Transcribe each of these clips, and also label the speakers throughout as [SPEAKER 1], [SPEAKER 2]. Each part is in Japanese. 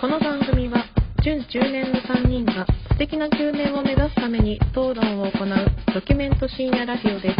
[SPEAKER 1] この番組は準10年の3人が素敵な9年を目指すために討論を行うドキュメント深夜ラジオです。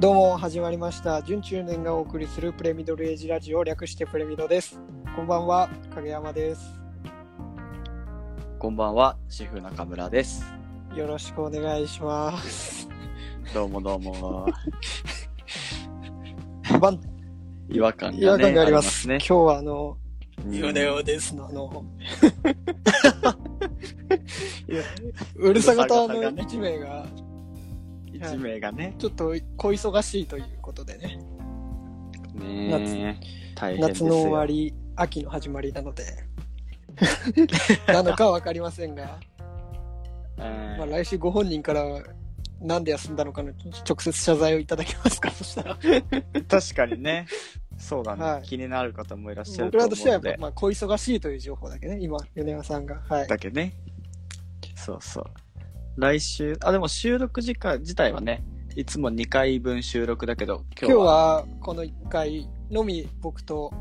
[SPEAKER 2] どうも始まりました準中年がお送りするプレミドルエイジラジオ略してプレミドですこんばんは影山です
[SPEAKER 3] こんばんは、シェフ中村です。
[SPEAKER 2] よろしくお願いします
[SPEAKER 3] どうもどう も。
[SPEAKER 2] バン
[SPEAKER 3] 違和感が,、ね、
[SPEAKER 2] 違和感があります
[SPEAKER 3] あり
[SPEAKER 2] 今日はあの
[SPEAKER 3] ますね。
[SPEAKER 2] ですのあの いやうるさ型の1名が
[SPEAKER 3] 一名がね。
[SPEAKER 2] ちょっと小忙しいということでね
[SPEAKER 3] ねえ大変です
[SPEAKER 2] 夏
[SPEAKER 3] よ
[SPEAKER 2] の終わり秋の始まりなので なのかわかりませんが
[SPEAKER 3] え
[SPEAKER 2] まあ、来週ご本人からなんで休んだのかの直接謝罪をいただけますか そしたら
[SPEAKER 3] ー確かにね。そうだね、
[SPEAKER 2] はい
[SPEAKER 3] 気になる方もいらっしゃる
[SPEAKER 2] 僕
[SPEAKER 3] と思
[SPEAKER 2] ら
[SPEAKER 3] う
[SPEAKER 2] としてはや
[SPEAKER 3] の
[SPEAKER 2] っぱ
[SPEAKER 3] で。
[SPEAKER 2] まあ小忙しいという情報だけね今米山さんがはい
[SPEAKER 3] だけね。そうそう。来週、あ、でも収録時間自体はね、いつも2回分収録だけど、
[SPEAKER 2] 今
[SPEAKER 3] 今日
[SPEAKER 2] 日
[SPEAKER 3] は。
[SPEAKER 2] はこの1回のみ僕と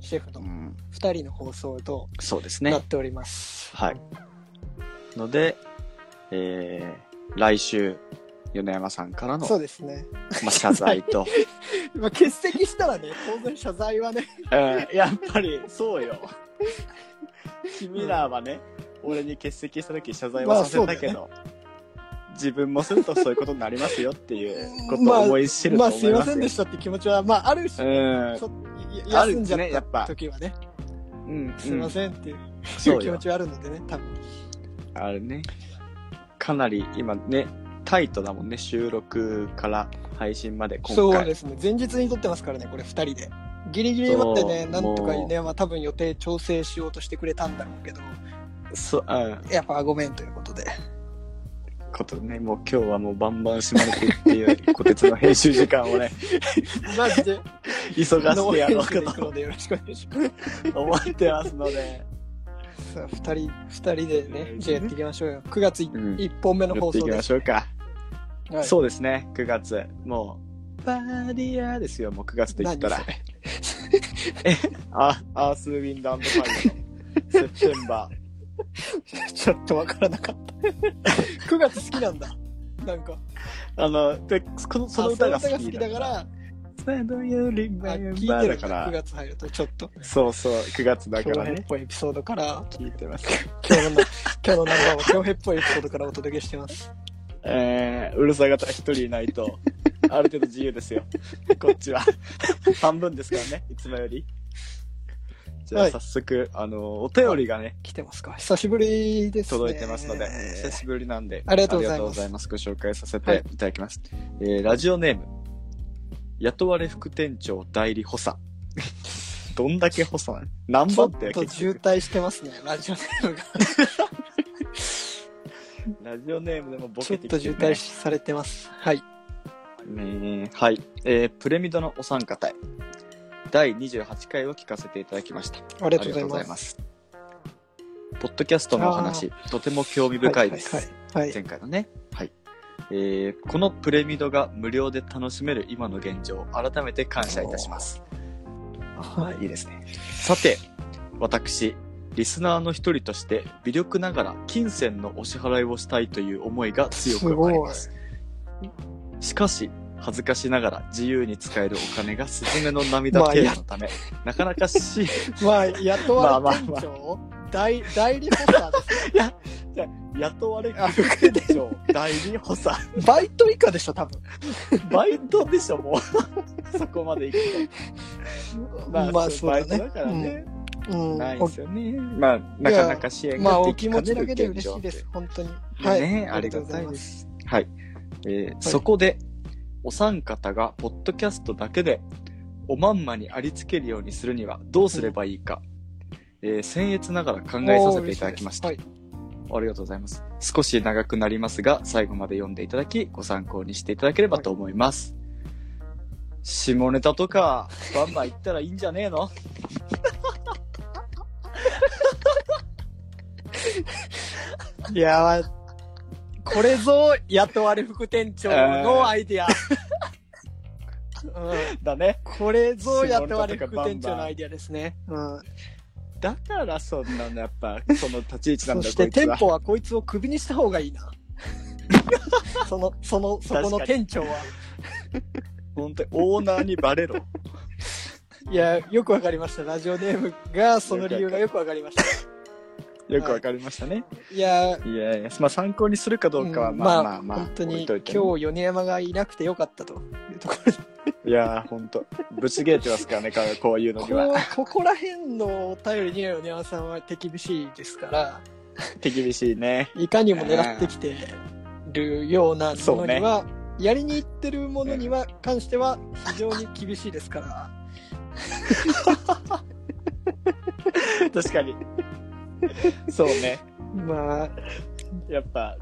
[SPEAKER 2] シェフの
[SPEAKER 3] うん、
[SPEAKER 2] 2人の放送と
[SPEAKER 3] そうです
[SPEAKER 2] な
[SPEAKER 3] ね
[SPEAKER 2] っ。ております、
[SPEAKER 3] はい。ので、えー、来週、米山さんからの、
[SPEAKER 2] そうですね、
[SPEAKER 3] まあ、謝罪と。
[SPEAKER 2] まあ、欠席したらね当然謝罪は ね
[SPEAKER 3] うんやっぱりそうよ君らはね、俺に欠席した時謝罪はさせたけど、自分もするとそういうことになりますよっていうことを思い知ると
[SPEAKER 2] まあ
[SPEAKER 3] 思いますす
[SPEAKER 2] い
[SPEAKER 3] よ、
[SPEAKER 2] ませんでしたって気持ちはまああるし、
[SPEAKER 3] うん
[SPEAKER 2] ちょっと
[SPEAKER 3] ある
[SPEAKER 2] 休んじゃ
[SPEAKER 3] ねや
[SPEAKER 2] っ
[SPEAKER 3] ったぱ
[SPEAKER 2] 時はね
[SPEAKER 3] うん
[SPEAKER 2] すいませんっていう
[SPEAKER 3] うん
[SPEAKER 2] 気
[SPEAKER 3] そう
[SPEAKER 2] 持
[SPEAKER 3] よ
[SPEAKER 2] ちはあるのでね多分
[SPEAKER 3] あれねかなり今ねタイトだもんね収録から配信まで今回
[SPEAKER 2] そうですね前日に撮ってますからねこれ2人でギリギリまでね
[SPEAKER 3] そう
[SPEAKER 2] なんとか
[SPEAKER 3] もう
[SPEAKER 2] ね、まあ、多分予定調整しようとしてくれたんだろうけど
[SPEAKER 3] そううん
[SPEAKER 2] やっぱごめんということで
[SPEAKER 3] ことねもう今日はもうバンバンしまれてっていう小鉄の編集時間 をね
[SPEAKER 2] マジ で
[SPEAKER 3] 忙しくやろう
[SPEAKER 2] ノー編集で
[SPEAKER 3] か
[SPEAKER 2] いくのでよろしくお願いしま
[SPEAKER 3] と思ってますのです
[SPEAKER 2] さあ2人2人でね
[SPEAKER 3] うん
[SPEAKER 2] じゃあやっていきましょうよ9月
[SPEAKER 3] うん
[SPEAKER 2] 1本目の
[SPEAKER 3] や
[SPEAKER 2] 放
[SPEAKER 3] ってい
[SPEAKER 2] 送
[SPEAKER 3] き
[SPEAKER 2] で、
[SPEAKER 3] ますしょうか
[SPEAKER 2] はい
[SPEAKER 3] そうですね、9月。もう、バーディアーですよ、もう9月と言ったら
[SPEAKER 2] 何。
[SPEAKER 3] え、あアースウィンドアンドファイアのセプテンバー。
[SPEAKER 2] ちょっとわからなかった9月好きなんだなんか
[SPEAKER 3] あの、で、この、その歌が好
[SPEAKER 2] あその
[SPEAKER 3] き
[SPEAKER 2] だから
[SPEAKER 3] ら。どより
[SPEAKER 2] あ聞いて
[SPEAKER 3] バー
[SPEAKER 2] る
[SPEAKER 3] だ
[SPEAKER 2] か
[SPEAKER 3] から
[SPEAKER 2] 9
[SPEAKER 3] ら。
[SPEAKER 2] 月入るとちょっと
[SPEAKER 3] そうそう、9月だか
[SPEAKER 2] 京
[SPEAKER 3] ら
[SPEAKER 2] 平っ
[SPEAKER 3] ね。
[SPEAKER 2] ぽいエピソードから
[SPEAKER 3] 聞いてます。
[SPEAKER 2] 今日のな今日のナンバーは京平っぽいエピソードからお届けしてます
[SPEAKER 3] えー、うるさ方一人いない と、ある程度自由ですよ。こっちは。半分ですからね、いつもより。じゃ
[SPEAKER 2] は
[SPEAKER 3] あ、
[SPEAKER 2] い
[SPEAKER 3] 早速、あの、お便りがね、
[SPEAKER 2] 来てますか久しぶりですね
[SPEAKER 3] 届いてますので、久しぶりなんで、
[SPEAKER 2] ありがとうございます
[SPEAKER 3] ありご紹介させていただきます。えーラジオネーム、雇われ副店長代理 補佐。どんだけ補佐なの何
[SPEAKER 2] ちょ
[SPEAKER 3] 番
[SPEAKER 2] っ
[SPEAKER 3] って
[SPEAKER 2] と渋滞してますねラジオネームが
[SPEAKER 3] ラジオネームでもボ
[SPEAKER 2] ちょ
[SPEAKER 3] ケ
[SPEAKER 2] って
[SPEAKER 3] き
[SPEAKER 2] と
[SPEAKER 3] て
[SPEAKER 2] 渋
[SPEAKER 3] るね
[SPEAKER 2] 滞されてますはい
[SPEAKER 3] ねえはい、えープレミドのお三方へ第28回を聞かせていただきました。
[SPEAKER 2] ありがとうございます
[SPEAKER 3] す。ポッドキャストのお話、とても興味深いです。
[SPEAKER 2] はいはいはい、はい
[SPEAKER 3] 前回のね、はいえーこのプレミドが無料で楽しめる今の現状改めて感謝いたします
[SPEAKER 2] はい
[SPEAKER 3] いいですねさて私リスナーの一人として微力ながら金銭のお支払いをしたいという思いが強くありますしかし恥ずかしながら自由に使えるお金がスズメの涙程度のため、なかなかし
[SPEAKER 2] まあ雇わ
[SPEAKER 3] まあ
[SPEAKER 2] れ
[SPEAKER 3] まあ
[SPEAKER 2] 店
[SPEAKER 3] まあ
[SPEAKER 2] 長代代理補佐で
[SPEAKER 3] 雇われ副店長代理補佐
[SPEAKER 2] すバイト以下でしょ多分
[SPEAKER 3] バイトでしょも うそこまで行くとまあ、そうバイトだからね、
[SPEAKER 2] うんうん
[SPEAKER 3] ないですよね。まあ、なかなか支援
[SPEAKER 2] まあ
[SPEAKER 3] が
[SPEAKER 2] お
[SPEAKER 3] でき
[SPEAKER 2] 気
[SPEAKER 3] か
[SPEAKER 2] 持
[SPEAKER 3] ね
[SPEAKER 2] ちだ
[SPEAKER 3] る
[SPEAKER 2] けで
[SPEAKER 3] 現
[SPEAKER 2] 嬉し
[SPEAKER 3] 状
[SPEAKER 2] いです本当に
[SPEAKER 3] はい、ね、ありがたいです。はい、えーそこで、お三方がポッドキャストだけで、おまんまにありつけるようにするにはどうすればいいか、えー僭越ながら考
[SPEAKER 2] あり
[SPEAKER 3] え
[SPEAKER 2] がとう
[SPEAKER 3] さ
[SPEAKER 2] ござ
[SPEAKER 3] せ
[SPEAKER 2] います
[SPEAKER 3] ていただきました。
[SPEAKER 2] おー
[SPEAKER 3] ありがとうございます。少し長くなりますが、最後まで読んでいただき、ご参考にしていただければと思います。下ネタとか、バンバン言ったらいいんじゃねえの
[SPEAKER 2] いやー、これぞ雇われ副店長のアイディア。うん、
[SPEAKER 3] だね。
[SPEAKER 2] これぞ雇われ副店長のアイディアですね。うん、
[SPEAKER 3] だからそんなの、やっぱ、その立ち位置な
[SPEAKER 2] そ
[SPEAKER 3] んだ、
[SPEAKER 2] し
[SPEAKER 3] こ
[SPEAKER 2] て
[SPEAKER 3] いつ
[SPEAKER 2] 店
[SPEAKER 3] は。
[SPEAKER 2] 舗はこいつをクビにした方がいいな。 その、その、そこの
[SPEAKER 3] 確か
[SPEAKER 2] 店長は。
[SPEAKER 3] 本当にオーナーに バレろ。
[SPEAKER 2] いや、よくわかりました。ラジオネームが、その理由がよくわかりました。
[SPEAKER 3] よくわかりましたね。
[SPEAKER 2] いや、
[SPEAKER 3] いやいや、まあ参考にするかどうかは、
[SPEAKER 2] うん
[SPEAKER 3] まあまあまあ、
[SPEAKER 2] 本当
[SPEAKER 3] 置い
[SPEAKER 2] に
[SPEAKER 3] と
[SPEAKER 2] 今
[SPEAKER 3] いてね
[SPEAKER 2] 日米山がいなくてよかったというところで
[SPEAKER 3] いやー、本当ぶち切れてますからね、かこういうのには。
[SPEAKER 2] こここら辺のお便りには米山さんは手厳しいですから
[SPEAKER 3] 手厳しいね。
[SPEAKER 2] いかにも狙ってきてるようなものには、やりに行ってるものには関しては非常に厳しいですから
[SPEAKER 3] 確かに。そうね。
[SPEAKER 2] まあ
[SPEAKER 3] やっぱ、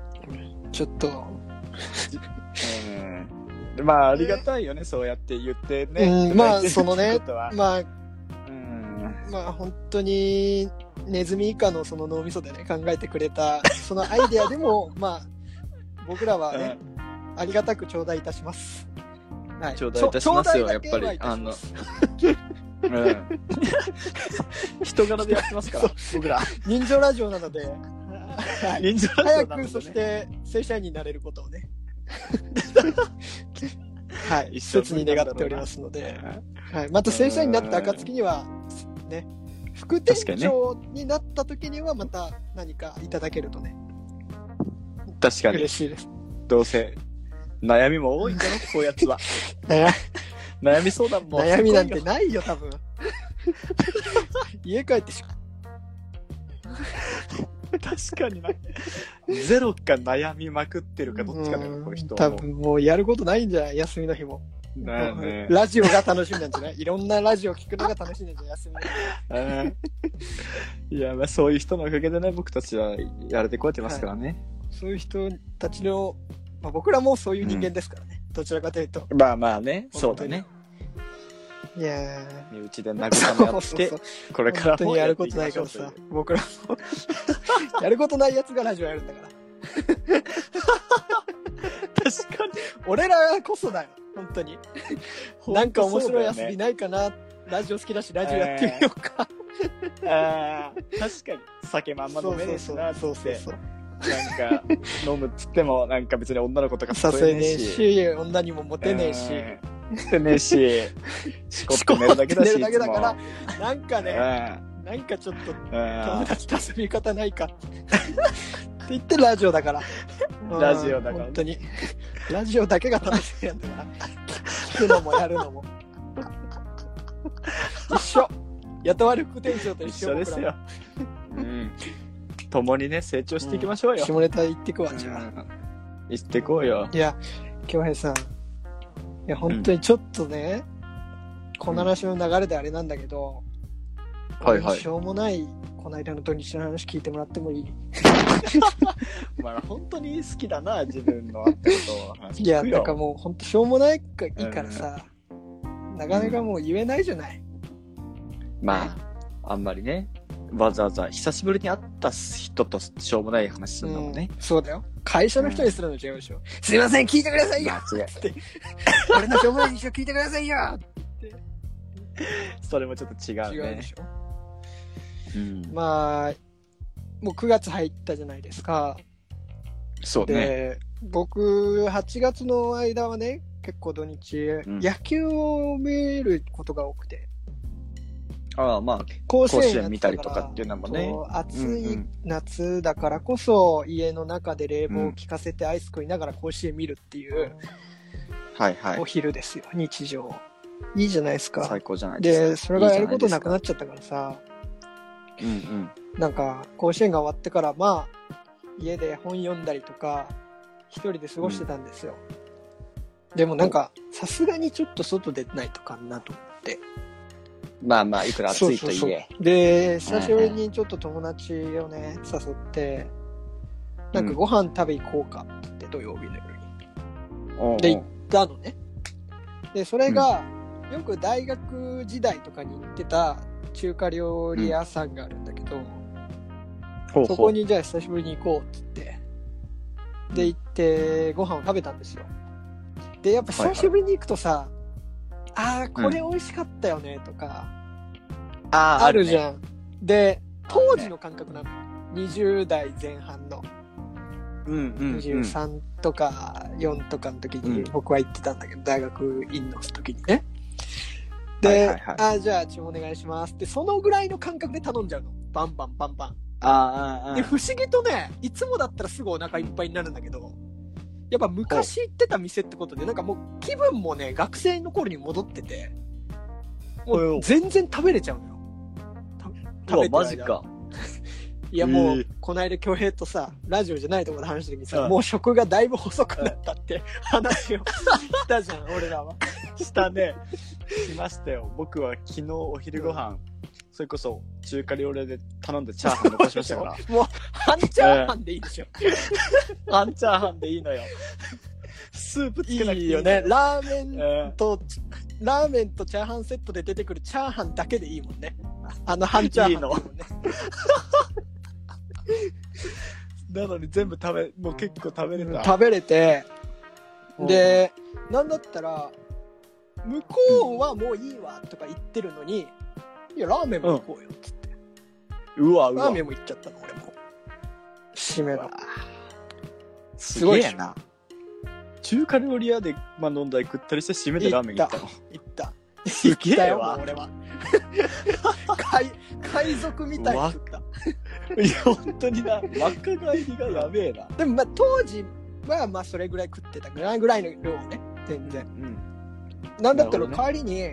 [SPEAKER 2] ちょっと、
[SPEAKER 3] うん。まあ、ありがたいよね、そうやって言ってね。
[SPEAKER 2] うんまあ
[SPEAKER 3] いただいてる
[SPEAKER 2] そのね
[SPEAKER 3] ってことは
[SPEAKER 2] まあ
[SPEAKER 3] うん。
[SPEAKER 2] まあ本当にネズミ以下のその脳みそでね考えてくれたそのアイデアで もまあ僕らはね、ありがたく頂戴いたします。はい、
[SPEAKER 3] 頂戴いたしますよ
[SPEAKER 2] ちょ頂戴だけはいたします
[SPEAKER 3] うん。うん。 人柄でやってますから、僕ら。
[SPEAKER 2] 人情ラジオなので、はい
[SPEAKER 3] 人情
[SPEAKER 2] 早くそして正社員になれることを ね、はい、
[SPEAKER 3] 一生
[SPEAKER 2] 切に願っておりますので、はい、また正社員になった暁には、ね、副店長になった時にはまた何かいただけるとね、
[SPEAKER 3] 確かに
[SPEAKER 2] 嬉しいです。
[SPEAKER 3] どうせ悩みも多いん だろこういうやつは
[SPEAKER 2] 悩
[SPEAKER 3] 悩み相談も
[SPEAKER 2] 悩みなんてないよ、多分。家帰ってし
[SPEAKER 3] 確かになゼロか悩みまくってるかどっちかだよこの人
[SPEAKER 2] 多分もうやることないんじゃない休みの日も。
[SPEAKER 3] だよね
[SPEAKER 2] ラジオが楽しみなんじゃないいろんなラジオ聞くのが楽しみなんじゃない休みの日。
[SPEAKER 3] うんいやまあそういう人のおかげでね僕たちはやれてこうやってますからね、
[SPEAKER 2] そういう人たちの、まあ、僕らもそういう人間ですからね。どちらかというと。
[SPEAKER 3] まあまあねそうだね
[SPEAKER 2] いやー。
[SPEAKER 3] 身内で慰め合っ
[SPEAKER 2] そうそう
[SPEAKER 3] て
[SPEAKER 2] そう
[SPEAKER 3] これか
[SPEAKER 2] 本
[SPEAKER 3] ら
[SPEAKER 2] 当
[SPEAKER 3] も
[SPEAKER 2] にやることないから
[SPEAKER 3] やっ
[SPEAKER 2] さ
[SPEAKER 3] ていきましょうという、
[SPEAKER 2] 僕らも やることないやつがラジオやるんだから。
[SPEAKER 3] 確かに
[SPEAKER 2] 俺らこそだよ、本当に。なんか面白い遊び
[SPEAKER 3] な
[SPEAKER 2] ないかな、ラジオ好きだし、ラジオやってみようか。
[SPEAKER 3] 確かに酒まんま飲めるしな
[SPEAKER 2] そうそう
[SPEAKER 3] って
[SPEAKER 2] そう。
[SPEAKER 3] なんか、飲むっつっても、なんか別に女の子とか
[SPEAKER 2] 誘えねえ、し、女にもモテねえし。
[SPEAKER 3] うん。してねえし、しこって寝るだけだし。
[SPEAKER 2] しこって寝るだけだからなんかね、
[SPEAKER 3] ら。
[SPEAKER 2] なんかちょっと
[SPEAKER 3] うん
[SPEAKER 2] 友達と遊び方ないかって 言ってラジオだから。うん
[SPEAKER 3] ラジオだから
[SPEAKER 2] 本当に。ラジオだけが楽しみなんだから。聞くのもやるの も。一緒。雇われ副店長と
[SPEAKER 3] うん
[SPEAKER 2] 一
[SPEAKER 3] 一
[SPEAKER 2] 緒
[SPEAKER 3] 緒ですよ。うん。共にね、成長していきましょう
[SPEAKER 2] 僕ら
[SPEAKER 3] よ
[SPEAKER 2] も。下ネタ行ってくわ、じゃあ。
[SPEAKER 3] うん行ってこうよ。
[SPEAKER 2] いや、京平さん。いや、本当にちょっとね、この話の流れであれなんだけど、
[SPEAKER 3] はいはい
[SPEAKER 2] しょうもない、この間の土日の話聞いてもらってもいい
[SPEAKER 3] お前ら本当に好きだな、自分のあったことを話
[SPEAKER 2] いや、
[SPEAKER 3] 聞く
[SPEAKER 2] なん
[SPEAKER 3] よ
[SPEAKER 2] かもう本当しょうもないかいいからさ、なかなかもう言えないじゃない。
[SPEAKER 3] まあ、あんまりね、わざわざ久しぶりに会った人としょうもない話するのもね
[SPEAKER 2] う。んそうだよ。会社の人にするの違うでしょ。すいません、聞いてくださいよ
[SPEAKER 3] 間違い
[SPEAKER 2] って。俺のしょうもない日常聞いてくださいよ
[SPEAKER 3] それもちょっと違
[SPEAKER 2] 違
[SPEAKER 3] う
[SPEAKER 2] う
[SPEAKER 3] ね
[SPEAKER 2] で。しょ。
[SPEAKER 3] うん
[SPEAKER 2] まあ、もう9月入ったじゃないですか。
[SPEAKER 3] そう
[SPEAKER 2] で、
[SPEAKER 3] ね。
[SPEAKER 2] 僕、8月の間はね、結構土日、
[SPEAKER 3] ん
[SPEAKER 2] 野球を見ることが多くて、
[SPEAKER 3] ああ、まあ、
[SPEAKER 2] 甲
[SPEAKER 3] 甲子
[SPEAKER 2] やっ
[SPEAKER 3] 園
[SPEAKER 2] て
[SPEAKER 3] 見
[SPEAKER 2] た
[SPEAKER 3] た
[SPEAKER 2] ら
[SPEAKER 3] りとかっていうのもね。
[SPEAKER 2] そう
[SPEAKER 3] う
[SPEAKER 2] 暑
[SPEAKER 3] んう
[SPEAKER 2] い
[SPEAKER 3] ん
[SPEAKER 2] 夏だからこそ家の中で冷房を効かせてアイス食いながら甲子園見るっていう
[SPEAKER 3] はいは
[SPEAKER 2] お
[SPEAKER 3] い。
[SPEAKER 2] 昼ですよ、日常いいじゃないですか
[SPEAKER 3] 最高じゃない
[SPEAKER 2] で
[SPEAKER 3] です
[SPEAKER 2] そ
[SPEAKER 3] か。
[SPEAKER 2] れがやることなく
[SPEAKER 3] っ
[SPEAKER 2] なっちゃったからさ
[SPEAKER 3] うんうん。
[SPEAKER 2] なんか甲子園が終わってからまあ家で本読んだりとか一人で過ごしてたんですよ、でもなんかさすがにちょっと外出ないとかなと
[SPEAKER 3] まあまあ、いくら暑いと
[SPEAKER 2] そう
[SPEAKER 3] い
[SPEAKER 2] そう
[SPEAKER 3] え。
[SPEAKER 2] そうで久しぶりにちょっと友達をね誘ってなんかご飯食べ行こうかって土曜日の夜に
[SPEAKER 3] おうおう
[SPEAKER 2] で行ったのねでそれがよく大学時代とかに行ってた中華料理屋さんがあるんだけど、
[SPEAKER 3] ほう
[SPEAKER 2] そ
[SPEAKER 3] ほ
[SPEAKER 2] こ
[SPEAKER 3] う。
[SPEAKER 2] にじゃあ久しぶりに行こうっつってで行ってご飯を食べたんですよでやっぱ久しぶりに行くとさ、あーこれ美味しかったよねとか、
[SPEAKER 3] あー
[SPEAKER 2] あるじ
[SPEAKER 3] ん。
[SPEAKER 2] ゃん、で当時の感覚なの20代前半の
[SPEAKER 3] うんうん、うん。
[SPEAKER 2] 23とか4とかの時に
[SPEAKER 3] うん
[SPEAKER 2] 僕は行ってたんだけど、大学院の時にね
[SPEAKER 3] はいはい
[SPEAKER 2] で、
[SPEAKER 3] はい
[SPEAKER 2] あーじゃあ注文お願いしますってそのぐらいの感覚で頼んじゃうのバンバンバンバン
[SPEAKER 3] あーあー、あ
[SPEAKER 2] で
[SPEAKER 3] ー
[SPEAKER 2] 不思議とねいつもだったらすぐお腹いっぱいになるんだけどやっぱ昔行ってた店ってことでなんかもう気分もね学生の頃に戻ってても
[SPEAKER 3] お
[SPEAKER 2] う
[SPEAKER 3] い
[SPEAKER 2] 全然食べれちゃうのよた
[SPEAKER 3] う
[SPEAKER 2] 食
[SPEAKER 3] わ
[SPEAKER 2] べ、てる間
[SPEAKER 3] マジか。
[SPEAKER 2] いやも
[SPEAKER 3] へ
[SPEAKER 2] う
[SPEAKER 3] え
[SPEAKER 2] この間恭平とさラジオじゃないところで話した時にさ、
[SPEAKER 3] うん
[SPEAKER 2] もう食がだいぶ細くなった って話をしたじゃん俺らは
[SPEAKER 3] したね。しましたよ。僕は昨日お昼ご飯、それこそ中華料理で頼んでチャーハン残しましたから。
[SPEAKER 2] もう半チャーハンでいいでしょ、
[SPEAKER 3] 半チャーハンでいいのよ。スープつけな
[SPEAKER 2] い
[SPEAKER 3] くてい
[SPEAKER 2] い
[SPEAKER 3] い
[SPEAKER 2] よ
[SPEAKER 3] よ
[SPEAKER 2] ね
[SPEAKER 3] ね。
[SPEAKER 2] ラーメン
[SPEAKER 3] うん
[SPEAKER 2] とラーメンとチャーハンセットで出てくるチャーハンだけでいいもんねあの半チャーハンでいいもんね
[SPEAKER 3] なのに全部食べ、もう結構食べれた。
[SPEAKER 2] 食べれて
[SPEAKER 3] うん
[SPEAKER 2] でなんだったら向こうはもういいわとか言ってるのに、いやラーメンも行こうよっつって、
[SPEAKER 3] うわ、う
[SPEAKER 2] ラ
[SPEAKER 3] わ
[SPEAKER 2] ーメ。ンも行っちゃったの俺も締めの
[SPEAKER 3] す
[SPEAKER 2] ご
[SPEAKER 3] ご
[SPEAKER 2] い
[SPEAKER 3] い
[SPEAKER 2] っしょ
[SPEAKER 3] な。中華料理屋で、まあ、飲んだり食ったりして締めてラーメン行ったの。
[SPEAKER 2] 行った
[SPEAKER 3] すげ
[SPEAKER 2] だ
[SPEAKER 3] え
[SPEAKER 2] よもう
[SPEAKER 3] わ。
[SPEAKER 2] 俺は 海海賊みたいに食った
[SPEAKER 3] いや、本当にな。若返りがやべえな。
[SPEAKER 2] でもまあ当時はまあそれぐらい食ってたぐらいぐらいの量をね全然
[SPEAKER 3] うん。
[SPEAKER 2] なんだったら
[SPEAKER 3] なるほ
[SPEAKER 2] 帰りに、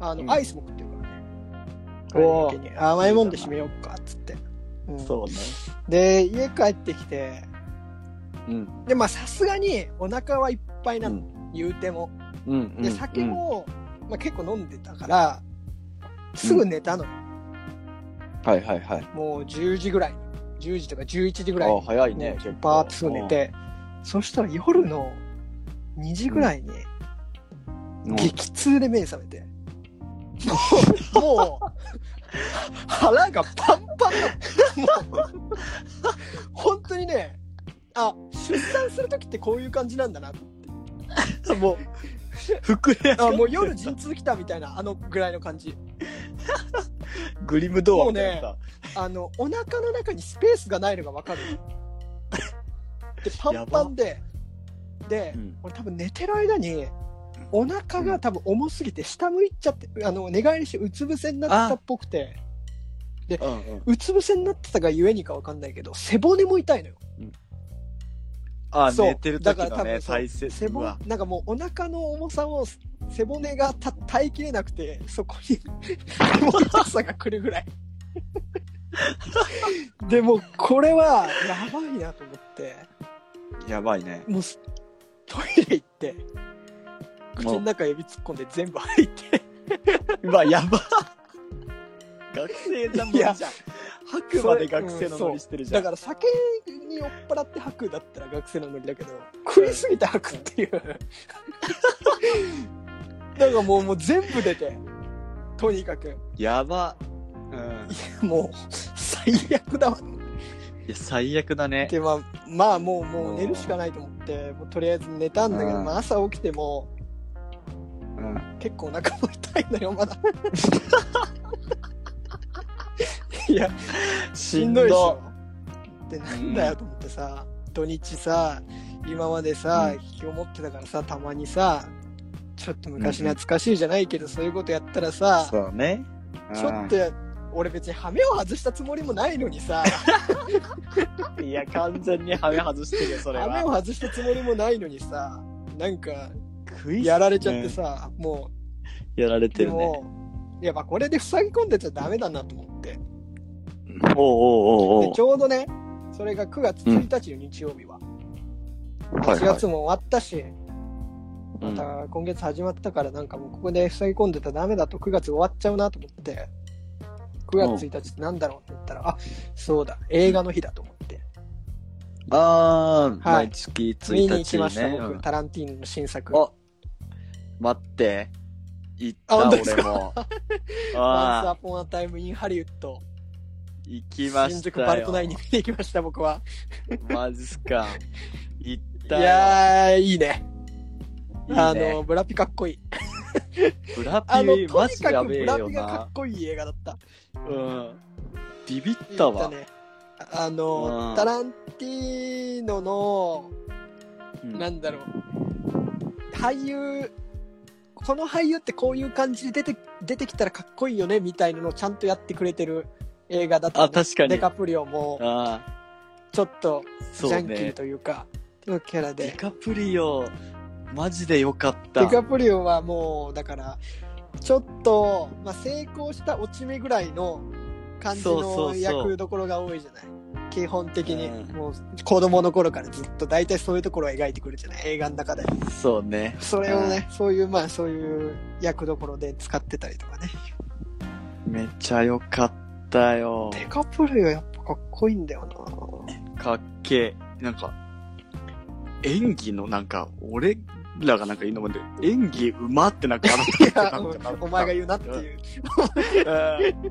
[SPEAKER 2] あの、
[SPEAKER 3] うん
[SPEAKER 2] アイスも食ってるからね。
[SPEAKER 3] おー
[SPEAKER 2] 帰りの時に甘いもんで締めようかっつって、うん
[SPEAKER 3] そうね。
[SPEAKER 2] で家帰ってきて
[SPEAKER 3] うん。
[SPEAKER 2] でまあさすがにお腹はいっぱいなの、言うても
[SPEAKER 3] うん。うん
[SPEAKER 2] で酒、も、まあ、結構飲んでたからすぐ寝たのよ、
[SPEAKER 3] うんはいはいはい。
[SPEAKER 2] もう10時ぐらい10時とか11時ぐらい
[SPEAKER 3] あ早い
[SPEAKER 2] ね
[SPEAKER 3] ね。結構
[SPEAKER 2] バーッとすぐ寝。て、そしたら夜の2時ぐらいに
[SPEAKER 3] うん
[SPEAKER 2] 激痛で目覚めて、もうもう腹がパンパンなのもう本当にねあ出産する時ってこういう感じなんだなってもう
[SPEAKER 3] 膨れ上 が
[SPEAKER 2] あ
[SPEAKER 3] って
[SPEAKER 2] もう夜陣痛来たみたいなあのぐらいの感じ
[SPEAKER 3] グリムドアみたいなさ。
[SPEAKER 2] あのお腹の中にスペースがないのが分かるでパンパンでで、
[SPEAKER 3] うん
[SPEAKER 2] 俺多分寝てる間にお腹が多分重すぎて下向いちゃってあの寝返りしてうつ伏せになってたっぽくて
[SPEAKER 3] うんうん。
[SPEAKER 2] うつ伏せになってたがゆえにか分かんないけど背骨も痛いのよ
[SPEAKER 3] あ、
[SPEAKER 2] そう
[SPEAKER 3] 寝てる時
[SPEAKER 2] だから多
[SPEAKER 3] のね、
[SPEAKER 2] 分そう
[SPEAKER 3] 体勢。
[SPEAKER 2] 背
[SPEAKER 3] う
[SPEAKER 2] 骨
[SPEAKER 3] わ
[SPEAKER 2] なんかもうお腹の重さを背骨がた耐えきれなくてそこに背骨のさが来るぐらい でもうこれはやばいなと思って
[SPEAKER 3] やば いね。
[SPEAKER 2] もうすトイレ行って口の中指突っ込んで全部吐いて
[SPEAKER 3] うわ、やば。学生じゃん、
[SPEAKER 2] いや
[SPEAKER 3] じゃん。吐くまで学生のノリしてるじゃ
[SPEAKER 2] だ
[SPEAKER 3] ん。
[SPEAKER 2] から酒に酔っ払って吐くだったら学生のノリだけど食いすぎて吐くっていうなんかもうもう全部出てとにかく
[SPEAKER 3] やば。うん。
[SPEAKER 2] もう最悪だわっ
[SPEAKER 3] いや、最悪だね。
[SPEAKER 2] てまあまあもうもう寝るしかないと思ってもうとりあえず寝たんだけど、
[SPEAKER 3] うん
[SPEAKER 2] まあ、朝起きても
[SPEAKER 3] うん。
[SPEAKER 2] 結構お腹も痛いのよま だいやしんどいっしょってなんだよと思ってさ、土日さ今までさ、
[SPEAKER 3] う
[SPEAKER 2] 引きこもってたからさたまにさちょっと昔懐かしいじゃないけど、そういうことやったらさ
[SPEAKER 3] そうね。
[SPEAKER 2] ちょっとや俺別に羽目を外したつもりもないのにさ
[SPEAKER 3] と。いや、完全に羽目外してるよ、 それ
[SPEAKER 2] 羽目
[SPEAKER 3] は。
[SPEAKER 2] を外したつもりもないのにさなんか
[SPEAKER 3] 食い
[SPEAKER 2] やられちゃってさ、も
[SPEAKER 3] やられ
[SPEAKER 2] う
[SPEAKER 3] て
[SPEAKER 2] で
[SPEAKER 3] るね。
[SPEAKER 2] も、やっぱこれで塞ぎ込んでちゃダメだなと思って
[SPEAKER 3] おうおうおう
[SPEAKER 2] でちょうどねそれが9月1日の日曜日は、
[SPEAKER 3] おう。
[SPEAKER 2] 4月も終わったし、
[SPEAKER 3] うん
[SPEAKER 2] また今月始まったからなんかもうここで塞ぎ込んでたらダメだと9月終わっちゃうなと思って9月1日ってなんだろうって言ったら、あそうだ映画の日だと思って
[SPEAKER 3] あー、
[SPEAKER 2] はい
[SPEAKER 3] 毎月1日、ね、
[SPEAKER 2] 見に行きました、僕、
[SPEAKER 3] うん
[SPEAKER 2] タランティーノの新作
[SPEAKER 3] あ待って行っ
[SPEAKER 2] あ
[SPEAKER 3] た
[SPEAKER 2] 本当です
[SPEAKER 3] 俺も
[SPEAKER 2] 「ワンス・
[SPEAKER 3] あ
[SPEAKER 2] アポン・ア・タイム・イン・ハリウッド」
[SPEAKER 3] 行きましたよ。
[SPEAKER 2] 新宿パルトナインに見に行きました、僕は。
[SPEAKER 3] マジっすか。行っ
[SPEAKER 2] い
[SPEAKER 3] たよ。
[SPEAKER 2] やー、いいね。
[SPEAKER 3] いいね
[SPEAKER 2] あの、ブラピかっこいい。
[SPEAKER 3] ブラピ
[SPEAKER 2] あの、
[SPEAKER 3] ー、
[SPEAKER 2] と
[SPEAKER 3] マ
[SPEAKER 2] に
[SPEAKER 3] ジ
[SPEAKER 2] か
[SPEAKER 3] や
[SPEAKER 2] く
[SPEAKER 3] べ
[SPEAKER 2] ブ
[SPEAKER 3] え
[SPEAKER 2] ラ
[SPEAKER 3] よ
[SPEAKER 2] ピがか
[SPEAKER 3] な
[SPEAKER 2] っ。こいい映画だった。
[SPEAKER 3] うん。ビビったわ。
[SPEAKER 2] ね、あの、
[SPEAKER 3] うん
[SPEAKER 2] タランティーノの、
[SPEAKER 3] うん
[SPEAKER 2] なんだろう、俳優、この俳優ってこういう感じで出て出てきたらかっこいいよねみたいなのをちゃんとやってくれてる映画だった、
[SPEAKER 3] あ確かに
[SPEAKER 2] デカプリオも、
[SPEAKER 3] あ
[SPEAKER 2] ちょっと
[SPEAKER 3] あ、
[SPEAKER 2] ジ
[SPEAKER 3] そう
[SPEAKER 2] ャンキー
[SPEAKER 3] ね。
[SPEAKER 2] というか、のキャラ
[SPEAKER 3] デ
[SPEAKER 2] で。
[SPEAKER 3] カプリオ、マジでよかった。
[SPEAKER 2] デカプリオはもう、だから、ちょっと、まあ、成功した落ち目ぐらいの感じ
[SPEAKER 3] そうそうそ
[SPEAKER 2] の
[SPEAKER 3] う
[SPEAKER 2] 役どころが多いじゃない。基本的に、
[SPEAKER 3] うん
[SPEAKER 2] もう子供の頃からずっと大体そういうところを描いてくるじゃない映画の中で
[SPEAKER 3] そうね。
[SPEAKER 2] それをね、そういうまあそういう役どころで使ってたりとかね
[SPEAKER 3] めっちゃよかったよ。
[SPEAKER 2] デカプリオやっぱかっこいいんだよな
[SPEAKER 3] かっけえ。なんか、演技のなんか、俺らがなんか言うのもんで、演技うまってなんかあ
[SPEAKER 2] いや
[SPEAKER 3] なんか
[SPEAKER 2] おお前が言うなっていう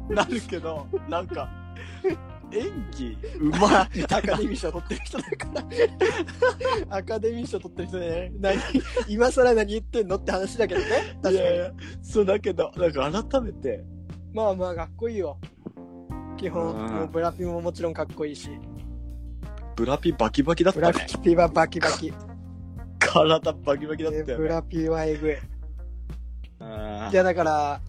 [SPEAKER 3] うんなるけど、なんか、演技うまっみ た
[SPEAKER 2] ア
[SPEAKER 3] いな
[SPEAKER 2] カ。デミー賞取ってる人だから アカデミー賞取ってる人ね何今更何言ってんのって話だけどね確か
[SPEAKER 3] い
[SPEAKER 2] に
[SPEAKER 3] やいや、そうだけど、なんか改めて、
[SPEAKER 2] まあまあかっこいいよ基本、
[SPEAKER 3] うん
[SPEAKER 2] もうブラピももちろんかっこいいし
[SPEAKER 3] ブラピバキバキだっ
[SPEAKER 2] ブ
[SPEAKER 3] た
[SPEAKER 2] ラ
[SPEAKER 3] ね。
[SPEAKER 2] ピはバキバキ
[SPEAKER 3] 体バキバキだったよね。
[SPEAKER 2] ブラピはえぐい
[SPEAKER 3] うん
[SPEAKER 2] いやだから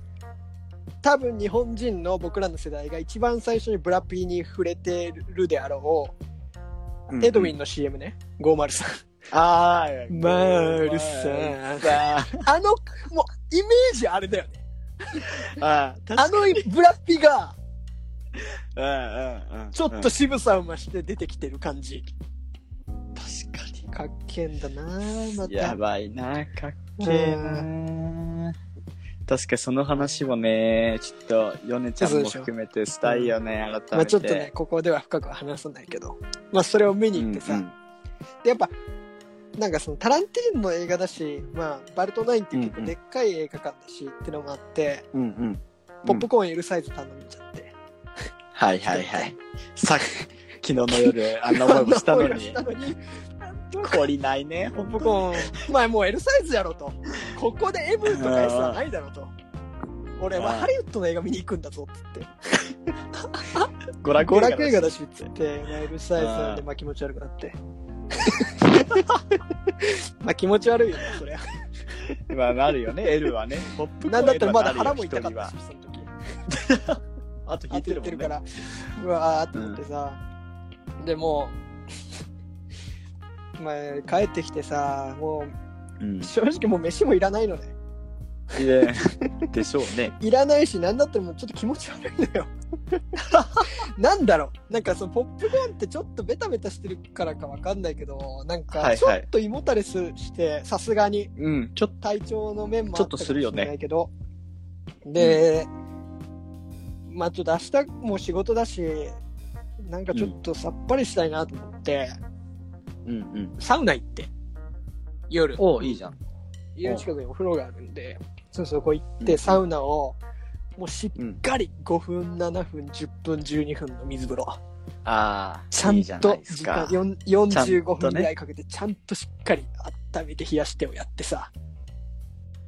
[SPEAKER 2] 多分日本人の僕らの世代が一番最初にブラピーに触れてるであろう、エドウィン。の CM ね503
[SPEAKER 3] ああ、
[SPEAKER 2] まるさ
[SPEAKER 3] さ
[SPEAKER 2] あのもうイメージあれだよね
[SPEAKER 3] ん。あー
[SPEAKER 2] あのブラピーが
[SPEAKER 3] うんうんうん
[SPEAKER 2] ちょっと渋さを増して出てきてる感じ
[SPEAKER 3] 確かに。
[SPEAKER 2] かっけえんだなまた
[SPEAKER 3] やばいな、かっけえな。確かにその話もね、ちょっと、ヨネちゃんも含めてしたいよね、改めて。
[SPEAKER 2] まあちょっとね、ここでは深くは話さないけどまあそれを見に行ってさ、
[SPEAKER 3] うんうん
[SPEAKER 2] でやっぱなんかそのタランティーノの映画だし、まあ、バルトナインって結
[SPEAKER 3] うんう
[SPEAKER 2] 構
[SPEAKER 3] ん
[SPEAKER 2] でっかい映画館だし、ってのもあって
[SPEAKER 3] うんうん。
[SPEAKER 2] ポップコーン L サイズ頼んじゃって、
[SPEAKER 3] はいはいはい。さっき、昨日の夜、あんな思いもしたのに。懲りないね、
[SPEAKER 2] ポ
[SPEAKER 3] ほ
[SPEAKER 2] ッ
[SPEAKER 3] ん
[SPEAKER 2] プ
[SPEAKER 3] と
[SPEAKER 2] コーン、まあもう L サイズやろと。ここで M とか S はないだろと。俺は
[SPEAKER 3] うん
[SPEAKER 2] ハリウッドの映画見に行くんだぞっつって。
[SPEAKER 3] 娯楽
[SPEAKER 2] 娯楽映画
[SPEAKER 3] だ
[SPEAKER 2] だしっつって、まあ L サイズなんで、
[SPEAKER 3] うん
[SPEAKER 2] まあ気持ち悪くなって。 まあ気持ち悪いよね、そり ゃ。
[SPEAKER 3] まあ、なるよね、L はね。ポップコーン
[SPEAKER 2] なんだったら
[SPEAKER 3] L は
[SPEAKER 2] まだ
[SPEAKER 3] なるよ
[SPEAKER 2] 腹も痛かっ。た
[SPEAKER 3] 一
[SPEAKER 2] し
[SPEAKER 3] 人、
[SPEAKER 2] その時。
[SPEAKER 3] はあと弾
[SPEAKER 2] 当
[SPEAKER 3] いて
[SPEAKER 2] て
[SPEAKER 3] るも
[SPEAKER 2] て
[SPEAKER 3] ん
[SPEAKER 2] るか。
[SPEAKER 3] ね
[SPEAKER 2] ら、うわーって思ってさ、でもう、ま あ帰ってきてさ、も
[SPEAKER 3] うん
[SPEAKER 2] う正直もう飯もいらないのね。
[SPEAKER 3] いやでしょうね。
[SPEAKER 2] いらないし、なんだったらもうちょっと気持ち悪いのよ。 なんだろうなんかそのポップコーンってちょっとベタベタしてるからかわかんないけど、なん
[SPEAKER 3] は
[SPEAKER 2] か
[SPEAKER 3] い
[SPEAKER 2] ちょ
[SPEAKER 3] はい
[SPEAKER 2] っと胃もたれすして、さすがに
[SPEAKER 3] うん、ちょっと。
[SPEAKER 2] 体調の面も
[SPEAKER 3] ちょっとするよね
[SPEAKER 2] あったかもしれないけど。で、まあちょっと明日も仕事だし、なんかちょっとさっぱりしたいなと思って、
[SPEAKER 3] うんうん。
[SPEAKER 2] サウナ行って、夜。
[SPEAKER 3] おいいじゃん。
[SPEAKER 2] 家の近くにお風呂があるんで、そうそう、こう行ってサウナを、もうしっ
[SPEAKER 3] うん。
[SPEAKER 2] しっかり5分7分10分12分の水風呂
[SPEAKER 3] ああ、
[SPEAKER 2] ちゃん
[SPEAKER 3] いいじな
[SPEAKER 2] と
[SPEAKER 3] いです
[SPEAKER 2] 時
[SPEAKER 3] か
[SPEAKER 2] 間よん45
[SPEAKER 3] ちゃんと
[SPEAKER 2] 分
[SPEAKER 3] ね
[SPEAKER 2] ぐらいかけてちゃんとしっかり温めて冷やしてをやってさ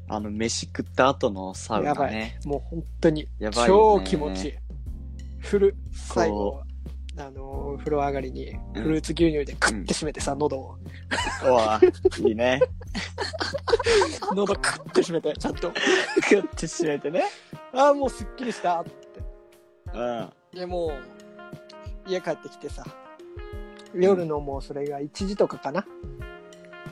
[SPEAKER 3] あの、飯食った後のサウナね。
[SPEAKER 2] もう本当に
[SPEAKER 3] やばいよ
[SPEAKER 2] 超
[SPEAKER 3] ね
[SPEAKER 2] 気持ちいいフル
[SPEAKER 3] そう
[SPEAKER 2] 最後あのー風呂上がりにフルーツ牛乳でクッて締めてさ、喉を
[SPEAKER 3] うわ、い いね。
[SPEAKER 2] 喉クッて締めてちゃんと
[SPEAKER 3] 食ってしめてね。
[SPEAKER 2] ああもうすっきりしたって
[SPEAKER 3] うん。
[SPEAKER 2] でもう家帰ってきてさ夜のもうそれが1時とかかな、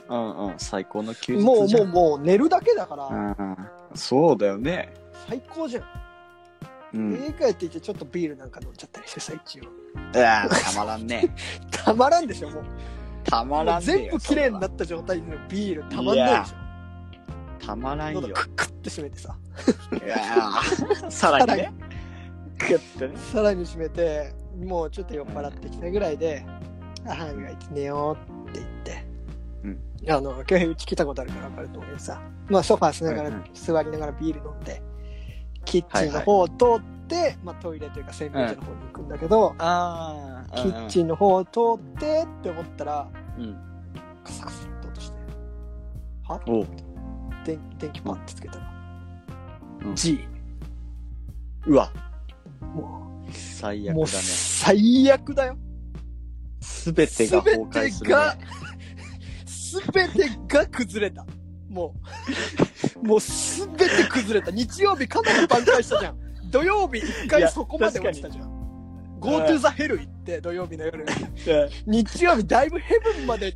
[SPEAKER 3] うんうん、最高の休日じゃん。
[SPEAKER 2] もうもうもう寝るだけだから、
[SPEAKER 3] うん。そうだよね。
[SPEAKER 2] 最高じゃん
[SPEAKER 3] うん。
[SPEAKER 2] 家帰ってきてちょっとビールなんか飲んじゃったりしてさ一応
[SPEAKER 3] ああ、たまらんね。
[SPEAKER 2] たまらんでしょもう
[SPEAKER 3] たまらんねよ。
[SPEAKER 2] 全部綺麗にな
[SPEAKER 3] っ
[SPEAKER 2] った状態のビールたまんないでしょ
[SPEAKER 3] たまらんよ。
[SPEAKER 2] 喉クックッて閉めてさ
[SPEAKER 3] いやーさらにね。食ってね。
[SPEAKER 2] さらに閉めてもうちょっと酔っ払ってきたぐらいで「あ歯磨いて寝よう」って言って。
[SPEAKER 3] うん
[SPEAKER 2] あの京平うち来たことあるから分かると思うけどさ、まあ、ソファーしながら、
[SPEAKER 3] うんうん
[SPEAKER 2] 座りながらビール飲んでキッチンの方を通っって、まあ、トイレというか洗面所の方に行くんだけど、
[SPEAKER 3] ああ、
[SPEAKER 2] キッチンの方を通ってって思ったら
[SPEAKER 3] ン。うん。
[SPEAKER 2] カサカサって音しては
[SPEAKER 3] おう
[SPEAKER 2] 電電気パッてつけたら、
[SPEAKER 3] うん
[SPEAKER 2] G
[SPEAKER 3] うわ、
[SPEAKER 2] も
[SPEAKER 3] 最
[SPEAKER 2] う
[SPEAKER 3] 悪
[SPEAKER 2] もう
[SPEAKER 3] だね。
[SPEAKER 2] 最悪だよ
[SPEAKER 3] すべてが崩壊する、ね。
[SPEAKER 2] すべてが崩れた。もう、 もうすべて崩れた。日曜日かなり挽回したじゃん。土曜日一
[SPEAKER 3] い
[SPEAKER 2] 回
[SPEAKER 3] や
[SPEAKER 2] そこまで落ちたじゃん。
[SPEAKER 3] かに
[SPEAKER 2] Go to the hell 行って、土曜日の夜。
[SPEAKER 3] うん
[SPEAKER 2] 日曜日だいぶヘブンまで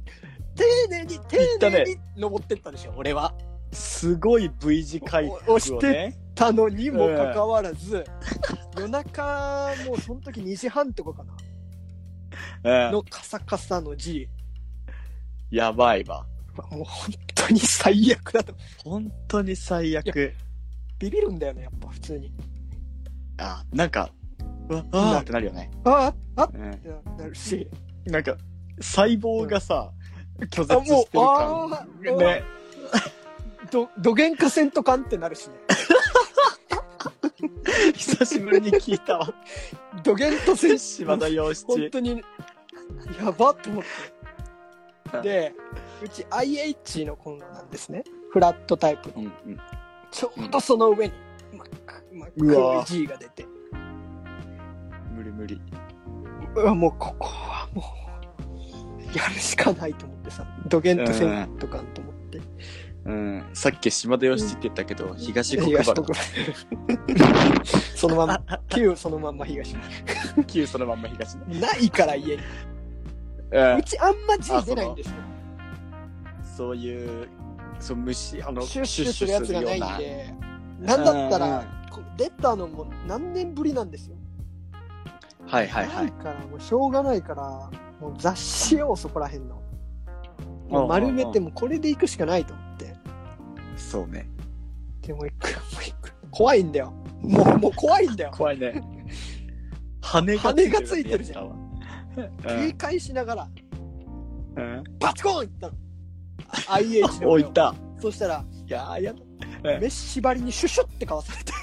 [SPEAKER 2] 丁寧に、丁
[SPEAKER 3] ったね
[SPEAKER 2] 寧に登ってったでしょ、俺は。
[SPEAKER 3] すごい V 字回復を、ね、
[SPEAKER 2] 押してたのにもかかわらず、夜中、もうその時2時半とかかな。
[SPEAKER 3] うん、
[SPEAKER 2] のカサカサの G。
[SPEAKER 3] やばいわ。
[SPEAKER 2] もう本当に最悪だと。
[SPEAKER 3] 本当に最悪。
[SPEAKER 2] ビビるんだよね、やっぱ普通に。
[SPEAKER 3] あ、なんか、うわ、あーってなるよね。
[SPEAKER 2] あああっ
[SPEAKER 3] うん
[SPEAKER 2] てなるし、
[SPEAKER 3] なんか、細胞がさ、拒
[SPEAKER 2] あ
[SPEAKER 3] 絶
[SPEAKER 2] もう
[SPEAKER 3] してる
[SPEAKER 2] あ
[SPEAKER 3] 感
[SPEAKER 2] ー
[SPEAKER 3] ね。
[SPEAKER 2] どどげんかせんとかんってなるしね
[SPEAKER 3] 久しぶりに聞い たわ。
[SPEAKER 2] どげんとせんし
[SPEAKER 3] 島田洋
[SPEAKER 2] 本
[SPEAKER 3] 七。
[SPEAKER 2] 当にやばと思ってでうち IH のコンロなんですねフラットタイプの
[SPEAKER 3] うんうん。
[SPEAKER 2] ちょうどその上に真っ真っ
[SPEAKER 3] う
[SPEAKER 2] 黒
[SPEAKER 3] わ
[SPEAKER 2] い G が出て
[SPEAKER 3] 無理無理。
[SPEAKER 2] うわもうここはもうやるしかないと思ってさどげんとせんとかんと思って
[SPEAKER 3] うん。さっき島田洋七って言ったけど、東国
[SPEAKER 2] 東
[SPEAKER 3] 原
[SPEAKER 2] 国原 そのまま 旧そのまんま東
[SPEAKER 3] 旧そのまんま東ね。
[SPEAKER 2] ないから家に
[SPEAKER 3] う
[SPEAKER 2] うちあんま G 出ないんですよ。
[SPEAKER 3] ん。そういう、そう、虫、あの、
[SPEAKER 2] シュッシュするやつがないんで。
[SPEAKER 3] ような
[SPEAKER 2] なんだった
[SPEAKER 3] うん
[SPEAKER 2] ら、こう出たのも何年ぶりなんですよ。
[SPEAKER 3] はいはいは
[SPEAKER 2] ない
[SPEAKER 3] い。
[SPEAKER 2] から、もうしょうがないから、もう雑誌をそこらへんの。
[SPEAKER 3] うんうん
[SPEAKER 2] もう丸めてもうこれで行くしかないと思って。
[SPEAKER 3] そうね。
[SPEAKER 2] でも行く、もう行く。怖いんだよ。もう、もう怖いんだよ。
[SPEAKER 3] 怖いね。羽が
[SPEAKER 2] 羽がついてるじゃん繰り
[SPEAKER 3] ん。
[SPEAKER 2] 返しながら、
[SPEAKER 3] うん。
[SPEAKER 2] バチコーンいったの。IH の
[SPEAKER 3] お、
[SPEAKER 2] 上
[SPEAKER 3] い
[SPEAKER 2] を。
[SPEAKER 3] た。
[SPEAKER 2] そしたら、
[SPEAKER 3] いやー、やだ。
[SPEAKER 2] メッシばりにシュシュってかわされて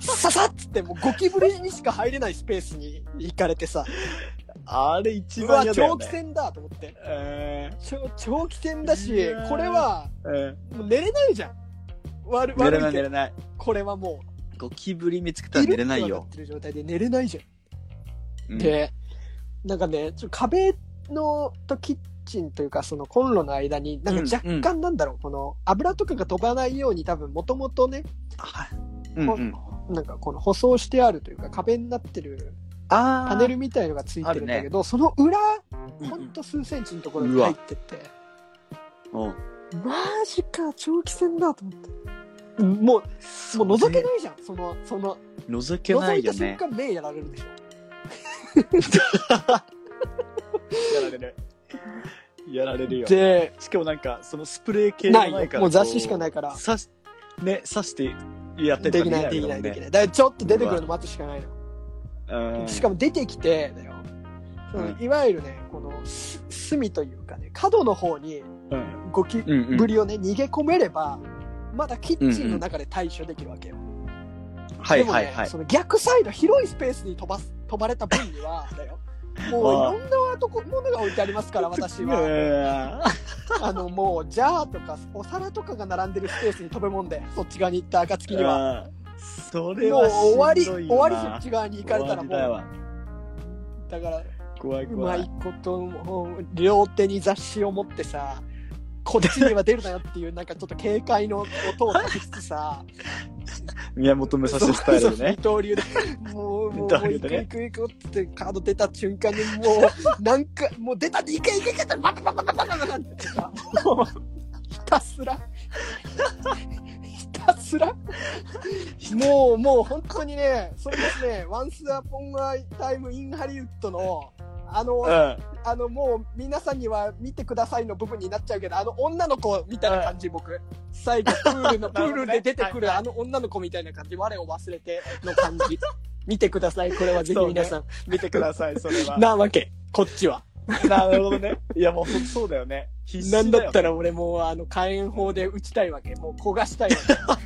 [SPEAKER 2] ささっつってもうゴキブリにしか入れないスペースに行かれてさ、
[SPEAKER 3] あれ一
[SPEAKER 2] う
[SPEAKER 3] 番
[SPEAKER 2] わ
[SPEAKER 3] 嫌だ
[SPEAKER 2] 長
[SPEAKER 3] よね。
[SPEAKER 2] 期戦だと思って
[SPEAKER 3] え
[SPEAKER 2] 長長期戦だし
[SPEAKER 3] いやー
[SPEAKER 2] これは
[SPEAKER 3] ーうん。
[SPEAKER 2] もう寝れないじゃん悪
[SPEAKER 3] 寝れ
[SPEAKER 2] 悪
[SPEAKER 3] ない
[SPEAKER 2] い
[SPEAKER 3] 寝
[SPEAKER 2] け
[SPEAKER 3] れ
[SPEAKER 2] ど
[SPEAKER 3] ない。
[SPEAKER 2] これはも
[SPEAKER 3] ゴキブリ見つけ
[SPEAKER 2] う
[SPEAKER 3] たら寝れないよ
[SPEAKER 2] っ。てる状態で寝れないじゃ、
[SPEAKER 3] うんん
[SPEAKER 2] でなんかねちょっと壁のとキッチンというかそのコンロの間になんか若干なんだろう、この油とかが飛ばないように多分もともとね
[SPEAKER 3] はいうんうん
[SPEAKER 2] なんかこの舗装してあるというか壁になってる
[SPEAKER 3] あー
[SPEAKER 2] パネルみたいのがついてるんだけど、その裏ほんと数センチのところに入ってて
[SPEAKER 3] うんうん
[SPEAKER 2] マジか長期戦だと思ってうんもう
[SPEAKER 3] そ
[SPEAKER 2] もう覗け
[SPEAKER 3] い
[SPEAKER 2] ないじゃんそのその
[SPEAKER 3] 覗けな
[SPEAKER 2] 覗い
[SPEAKER 3] いよ
[SPEAKER 2] た瞬
[SPEAKER 3] ね
[SPEAKER 2] 間目やられるでしょ
[SPEAKER 3] やられるやられるよ
[SPEAKER 2] で
[SPEAKER 3] しかもなんかそのスプレー系
[SPEAKER 2] ない
[SPEAKER 3] が
[SPEAKER 2] よ
[SPEAKER 3] から
[SPEAKER 2] もう雑誌しかないから
[SPEAKER 3] こう刺しね刺してやって
[SPEAKER 2] できないできないできないだからちょっと出てくるの待つしかないの
[SPEAKER 3] い
[SPEAKER 2] しかも出てきてだよその
[SPEAKER 3] うん
[SPEAKER 2] いわゆるねこのす隅というかね角の方に
[SPEAKER 3] も
[SPEAKER 2] ゴキ
[SPEAKER 3] うんうん
[SPEAKER 2] ぶりをね逃げ込めればまだキッチンの中で対処できるわけよ、
[SPEAKER 3] はい
[SPEAKER 2] でも
[SPEAKER 3] は
[SPEAKER 2] ね、
[SPEAKER 3] いはい
[SPEAKER 2] その逆サイド広いスペースに飛ばす飛ばれた分にはだ よもういろんなとこものが置いてありますから私は
[SPEAKER 3] は
[SPEAKER 2] あのもうジャーとかお皿とかが並んでるスペースに飛べもんでそっち側に行った暁には
[SPEAKER 3] それ
[SPEAKER 2] もう
[SPEAKER 3] は
[SPEAKER 2] 終わり
[SPEAKER 3] しんど
[SPEAKER 2] 終
[SPEAKER 3] いよ
[SPEAKER 2] わりそ
[SPEAKER 3] な
[SPEAKER 2] っち側に行かれたらも
[SPEAKER 3] 終わりだ
[SPEAKER 2] う
[SPEAKER 3] わ
[SPEAKER 2] だから
[SPEAKER 3] 怖いう怖
[SPEAKER 2] まい
[SPEAKER 3] い
[SPEAKER 2] こともう両手に雑誌を持ってさこっちには出るなよっていうなんかちょっと警戒の音を立てつつさ
[SPEAKER 3] 宮本武蔵スタイル
[SPEAKER 2] そうそう二
[SPEAKER 3] ね
[SPEAKER 2] 刀 流で。もう、もう、も
[SPEAKER 3] 二
[SPEAKER 2] う
[SPEAKER 3] 刀流
[SPEAKER 2] 行
[SPEAKER 3] で
[SPEAKER 2] く
[SPEAKER 3] ね
[SPEAKER 2] 行く行くってカード出た瞬間に、もう、なん か、もう出たいけいけいけって、バタバタバタバタバタってさ、もう、ひたす ら、ひたすら、もう、もう本当にね、それですね、Once Upon a Time in Hollywood の、あの、
[SPEAKER 3] うん
[SPEAKER 2] あの、もう、皆さんには見てくださいの部分になっちゃうけど、あの、女の子みたいな感じ、僕。最後、プールの、プ
[SPEAKER 3] なる
[SPEAKER 2] ー
[SPEAKER 3] ほどね
[SPEAKER 2] ルで出てくる、あの女の子みたいな感じ、我を忘れての感じ。 見てください、これはぜひ皆さん。
[SPEAKER 3] 見てくだ さいそれは
[SPEAKER 2] なわけ、こっちは。
[SPEAKER 3] なるほどね。いや、もうほんとそうだよね。必
[SPEAKER 2] な
[SPEAKER 3] 死
[SPEAKER 2] ん
[SPEAKER 3] だ
[SPEAKER 2] だ
[SPEAKER 3] よ
[SPEAKER 2] ったら俺もう、あの、火炎砲で撃ちたいわけ。もう焦がしたいわ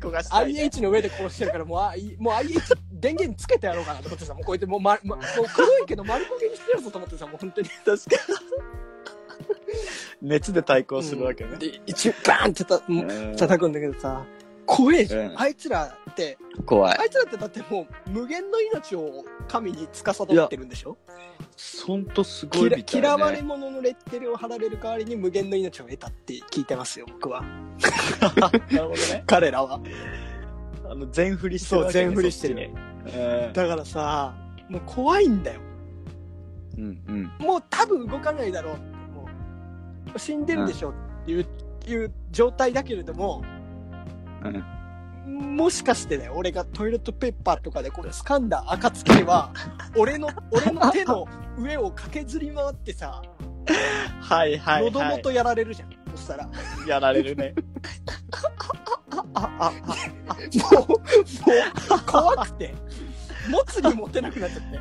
[SPEAKER 3] 焦がしたい、ね。
[SPEAKER 2] IH の上でこうしてるから、もう、あいもう IH 電源つけてやろうかなと思ってさ、もうこうやってもう,、ま、まもう黒いけど丸焦げにしてやるぞと思ってさ、もう本当に。
[SPEAKER 3] 確かに。熱で対抗するわけね。
[SPEAKER 2] で、一応バーンってた、もう
[SPEAKER 3] うん
[SPEAKER 2] 叩くんだけどさ、怖えじゃ
[SPEAKER 3] うん
[SPEAKER 2] ん。あいつらって、
[SPEAKER 3] 怖い。
[SPEAKER 2] あいつらってだってもう無限の命を神に司ってるんでしょ
[SPEAKER 3] ほんとすごい
[SPEAKER 2] 嫌
[SPEAKER 3] みたい、ね。
[SPEAKER 2] 嫌われ者のレッテルを貼られる代わりに無限の命を得たって聞いてますよ、僕は。
[SPEAKER 3] なるほどね。
[SPEAKER 2] 彼らは。
[SPEAKER 3] あの、全振りしてるわけね。
[SPEAKER 2] そう全振りしてる
[SPEAKER 3] そっちに。うん
[SPEAKER 2] だからさ、もう怖いんだよ。
[SPEAKER 3] うんうん。
[SPEAKER 2] もう多分動かないだろうってもう死んでるでしょっていう,、いう状態だけれども、もしかしてね俺がトイレットペーパーとかでこう掴んだ暁には俺の俺の手の上を駆けずり回ってさ
[SPEAKER 3] はいはい、はい。
[SPEAKER 2] 喉元やられるじゃん、そしたらも
[SPEAKER 3] やられるね。
[SPEAKER 2] うもう怖くて持つに持てなくなっちゃって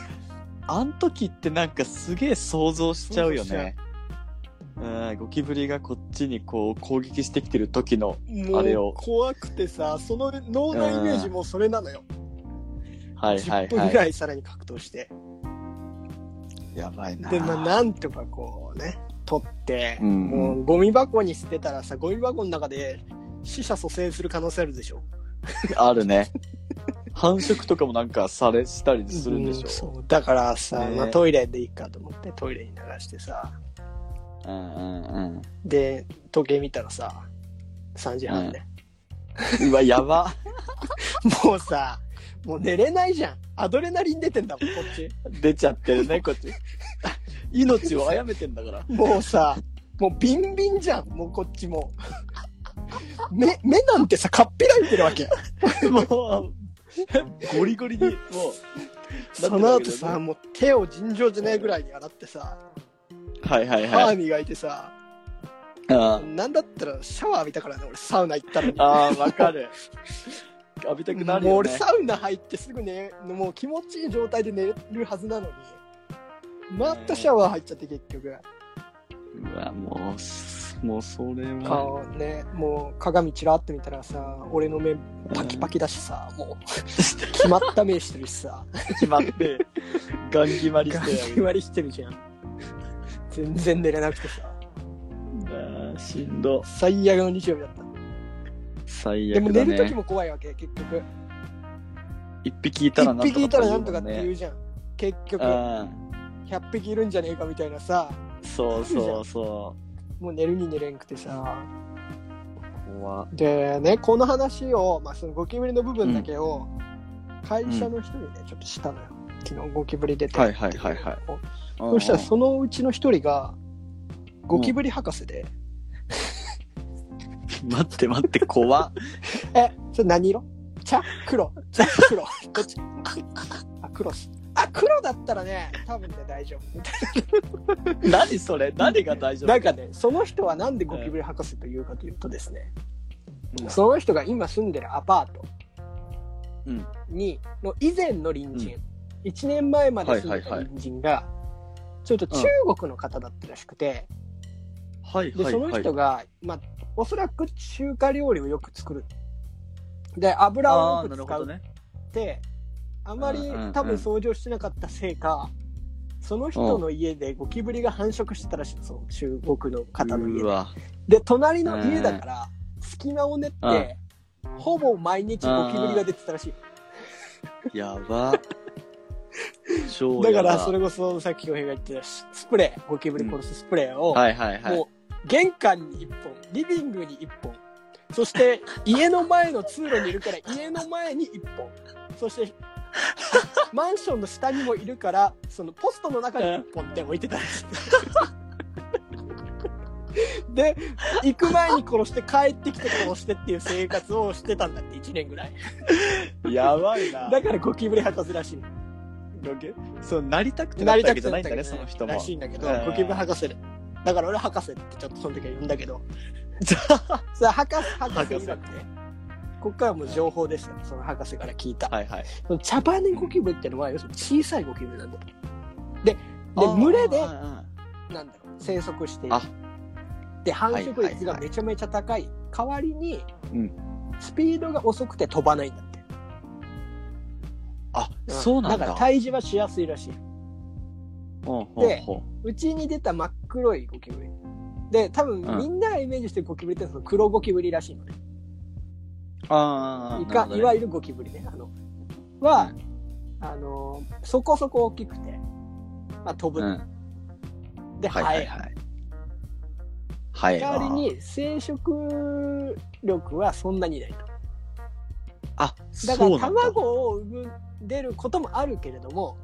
[SPEAKER 3] あん時ってなんかすげえ想像しちゃうよね。うん、ゴキブリがこっちにこう攻撃してきてる時の、あれ
[SPEAKER 2] も
[SPEAKER 3] を
[SPEAKER 2] う怖くてさその脳のイメージもそれなのよ、
[SPEAKER 3] はいはい
[SPEAKER 2] 10分
[SPEAKER 3] は
[SPEAKER 2] ぐ
[SPEAKER 3] い。
[SPEAKER 2] らいさらに格闘して
[SPEAKER 3] やばいな。
[SPEAKER 2] でまあなんとかこうね取って、
[SPEAKER 3] うん
[SPEAKER 2] もうゴミ箱に捨てたらさゴミ箱の中で死者蘇生する可能性あるでしょ
[SPEAKER 3] あるね。繁殖とかもなんかされしたりするんでしょ。
[SPEAKER 2] うんそうだからさ、
[SPEAKER 3] ね
[SPEAKER 2] まあ、トイレでいいかと思ってトイレに流してさ
[SPEAKER 3] うんうん
[SPEAKER 2] で時計見たらさ3時半で、
[SPEAKER 3] うん。うわ、やば。
[SPEAKER 2] もうさもう寝れないじゃんアドレナリン出てんだもんこっち
[SPEAKER 3] 出ちゃってるね、こっち。命を殺めてんだから。
[SPEAKER 2] もうさもうビンビンじゃんもうこっちも 目目なんてさかっぴらいてるわ け
[SPEAKER 3] もう、ゴリゴリに、もう。
[SPEAKER 2] その後
[SPEAKER 3] な
[SPEAKER 2] さ、
[SPEAKER 3] ってるわけだね、
[SPEAKER 2] もう手を尋常じゃないぐらいに洗ってさ、
[SPEAKER 3] はいはい
[SPEAKER 2] 歯
[SPEAKER 3] はい。
[SPEAKER 2] 磨いてさ、
[SPEAKER 3] あ
[SPEAKER 2] なんだったらシャワー浴びたからね、俺サウナ行ったのに。
[SPEAKER 3] あー、わかる。浴びたくなる
[SPEAKER 2] もう
[SPEAKER 3] よ
[SPEAKER 2] 俺
[SPEAKER 3] ね。
[SPEAKER 2] サウナ入ってすぐ寝、もう気持ちいい状態で寝るはずなのに、またシャワー入っちゃって結局、
[SPEAKER 3] うわ、もうす、もうそれは。
[SPEAKER 2] 顔ね、もう鏡ちらっと見たらさ、俺の目パ キパキだしさ、もう決まった目してるしさ、
[SPEAKER 3] 決まって、ガン決まり
[SPEAKER 2] ガ
[SPEAKER 3] して
[SPEAKER 2] リ
[SPEAKER 3] やる。
[SPEAKER 2] 割りしてるじゃん。全然寝れなくてさ、
[SPEAKER 3] あーしんど。
[SPEAKER 2] 最悪の日曜日だった。
[SPEAKER 3] 最
[SPEAKER 2] でも
[SPEAKER 3] 悪
[SPEAKER 2] 寝
[SPEAKER 3] だ
[SPEAKER 2] る時
[SPEAKER 3] ね。
[SPEAKER 2] も怖いわけ、結局。
[SPEAKER 3] 一匹いたら
[SPEAKER 2] 一
[SPEAKER 3] なんとか。
[SPEAKER 2] 匹いたらなんとかって言うじゃん。結局、
[SPEAKER 3] あ
[SPEAKER 2] 100匹いるんじゃねえかみたいなさ、
[SPEAKER 3] あ、そうそうそ
[SPEAKER 2] もう寝るに寝れんくてさ。
[SPEAKER 3] う。怖
[SPEAKER 2] でね、この話を、まあ、そのゴキブリの部分だけを、会社の人にね、ちょっとしたのよ。昨日ゴキブリ出て
[SPEAKER 3] はいはいはいはい
[SPEAKER 2] そしたらそのうちの一人が、ゴキブリ博士で、
[SPEAKER 3] 待って待って、 怖っ。
[SPEAKER 2] え、それ何色茶黒。茶 黒。どっちあ、黒っす。あ、黒だったらね、多分ね、大丈夫。みたい
[SPEAKER 3] 何それ何が大丈夫
[SPEAKER 2] ななんかね、その人はなんでゴキブリ博士というかというとですね、
[SPEAKER 3] うん
[SPEAKER 2] その人が今住んでるアパート
[SPEAKER 3] うん
[SPEAKER 2] に、の以前の隣
[SPEAKER 3] う
[SPEAKER 2] 人、1年前まで住んでた
[SPEAKER 3] はいはいはい
[SPEAKER 2] 隣人が、ちょっと中国の方だったらしくて、
[SPEAKER 3] はい
[SPEAKER 2] で、
[SPEAKER 3] はい
[SPEAKER 2] その
[SPEAKER 3] はい
[SPEAKER 2] 人。が、まあ、おそらく中華料理をよく作る。で、油を
[SPEAKER 3] あ
[SPEAKER 2] よ
[SPEAKER 3] ーな
[SPEAKER 2] く
[SPEAKER 3] る
[SPEAKER 2] 使
[SPEAKER 3] ほど
[SPEAKER 2] うっ
[SPEAKER 3] ね。
[SPEAKER 2] て、あまり
[SPEAKER 3] うんうんうん
[SPEAKER 2] 多分掃除をしてなかったせいか、その人の家でゴキブリが繁殖してたらしいのその中国の方の家
[SPEAKER 3] う
[SPEAKER 2] で。
[SPEAKER 3] わ。
[SPEAKER 2] で、隣の家だから、隙間を練って、ほぼ毎日ゴキブリが出てたらしい。
[SPEAKER 3] や ば。超
[SPEAKER 2] だ
[SPEAKER 3] や
[SPEAKER 2] か
[SPEAKER 3] ば
[SPEAKER 2] ら、それこそさっきお平が言ってたススプレー、ゴキブリ殺すスプレーを、
[SPEAKER 3] はいはいはい。
[SPEAKER 2] もう玄関に1本、リビングに1本、そ して家の前の通路にいるから家の前に1本、そして マンションの下にもいるから、そのポストの中に1本って置いてたら しい。で、行く前に殺して帰ってきて殺してっていう生活をしてたんだって1年ぐらい。
[SPEAKER 3] やばいな。
[SPEAKER 2] だからゴキブリ博士らしい。
[SPEAKER 3] ロケそう、なりたくてな
[SPEAKER 2] な
[SPEAKER 3] っ
[SPEAKER 2] り
[SPEAKER 3] た
[SPEAKER 2] た
[SPEAKER 3] わけ
[SPEAKER 2] く
[SPEAKER 3] じ
[SPEAKER 2] て
[SPEAKER 3] ゃな
[SPEAKER 2] ないった
[SPEAKER 3] んだ
[SPEAKER 2] け
[SPEAKER 3] ね、
[SPEAKER 2] ど
[SPEAKER 3] その
[SPEAKER 2] ね
[SPEAKER 3] 人も。
[SPEAKER 2] らしいんだけど
[SPEAKER 3] う、ん
[SPEAKER 2] ゴキブリ博士で。だから俺博士ってちょっとその時は呼んだ けど。さあ、博士、博士いわくて。こっからはもう情報ですよ、その博士から聞いた。
[SPEAKER 3] はいはい。
[SPEAKER 2] その茶羽根ゴキブリってのは、要するに小さいゴキブリなんだよ。で、で
[SPEAKER 3] あー
[SPEAKER 2] 群れで、
[SPEAKER 3] うんうん
[SPEAKER 2] なんだろう、生息している
[SPEAKER 3] あ。
[SPEAKER 2] で、繁殖率
[SPEAKER 3] はいはいは
[SPEAKER 2] が
[SPEAKER 3] い
[SPEAKER 2] めちゃめちゃ高い。代わりに
[SPEAKER 3] うん、
[SPEAKER 2] スピードが遅くて飛ばないんだって。
[SPEAKER 3] あ、そうなんだ。
[SPEAKER 2] だから退治はしやすいらしい。
[SPEAKER 3] うんうん
[SPEAKER 2] で
[SPEAKER 3] ほ
[SPEAKER 2] うちに出た真っ黒いゴキブリ。で、多分
[SPEAKER 3] うん
[SPEAKER 2] みんながイメージしてるゴキブリってその黒ゴキブリらしいのね。
[SPEAKER 3] うあ
[SPEAKER 2] い
[SPEAKER 3] あ、な
[SPEAKER 2] か
[SPEAKER 3] るほど
[SPEAKER 2] い
[SPEAKER 3] ね
[SPEAKER 2] わゆるゴキブリね。あのは、あの、そこそこ大きくて、まあ、飛
[SPEAKER 3] う
[SPEAKER 2] ぶ。
[SPEAKER 3] ん。
[SPEAKER 2] で、
[SPEAKER 3] は
[SPEAKER 2] 生
[SPEAKER 3] いは
[SPEAKER 2] え
[SPEAKER 3] い
[SPEAKER 2] る。
[SPEAKER 3] はい。はい。
[SPEAKER 2] 代わりに生殖力はそんなにないと。だ
[SPEAKER 3] あ、
[SPEAKER 2] か
[SPEAKER 3] そう
[SPEAKER 2] ら
[SPEAKER 3] なんだ。
[SPEAKER 2] 卵を産む出ることもあるけれども、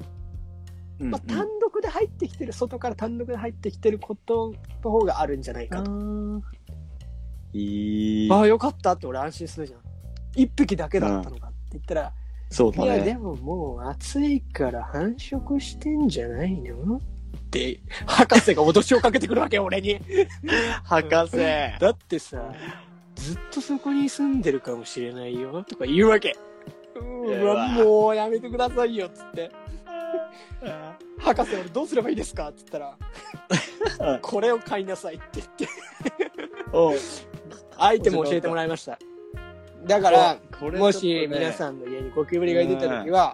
[SPEAKER 3] うんうん
[SPEAKER 2] まあ、単独で入ってきてる外から単独で入ってきてることの方があるんじゃないかと、
[SPEAKER 3] いい。
[SPEAKER 2] ああよかったって俺安心するじゃん一匹だけだったのかって言ったら、
[SPEAKER 3] そうだ
[SPEAKER 2] いやで
[SPEAKER 3] ね。
[SPEAKER 2] ももう暑いから繁殖してんじゃないのって博士が脅しをかけてくるわけよ俺に
[SPEAKER 3] 博士。
[SPEAKER 2] だってさずっとそこに住んでるかもしれないよとか言うわけうわ
[SPEAKER 3] うわ
[SPEAKER 2] もうやめてくださいよっつって博士俺どうすればいいですかって言った らこれを買いなさいって言って
[SPEAKER 3] おう
[SPEAKER 2] アイテムを教えてもらいましただから、
[SPEAKER 3] これ
[SPEAKER 2] も
[SPEAKER 3] ちょ
[SPEAKER 2] し
[SPEAKER 3] っとね
[SPEAKER 2] 皆さんの家にゴキブリが出た時は、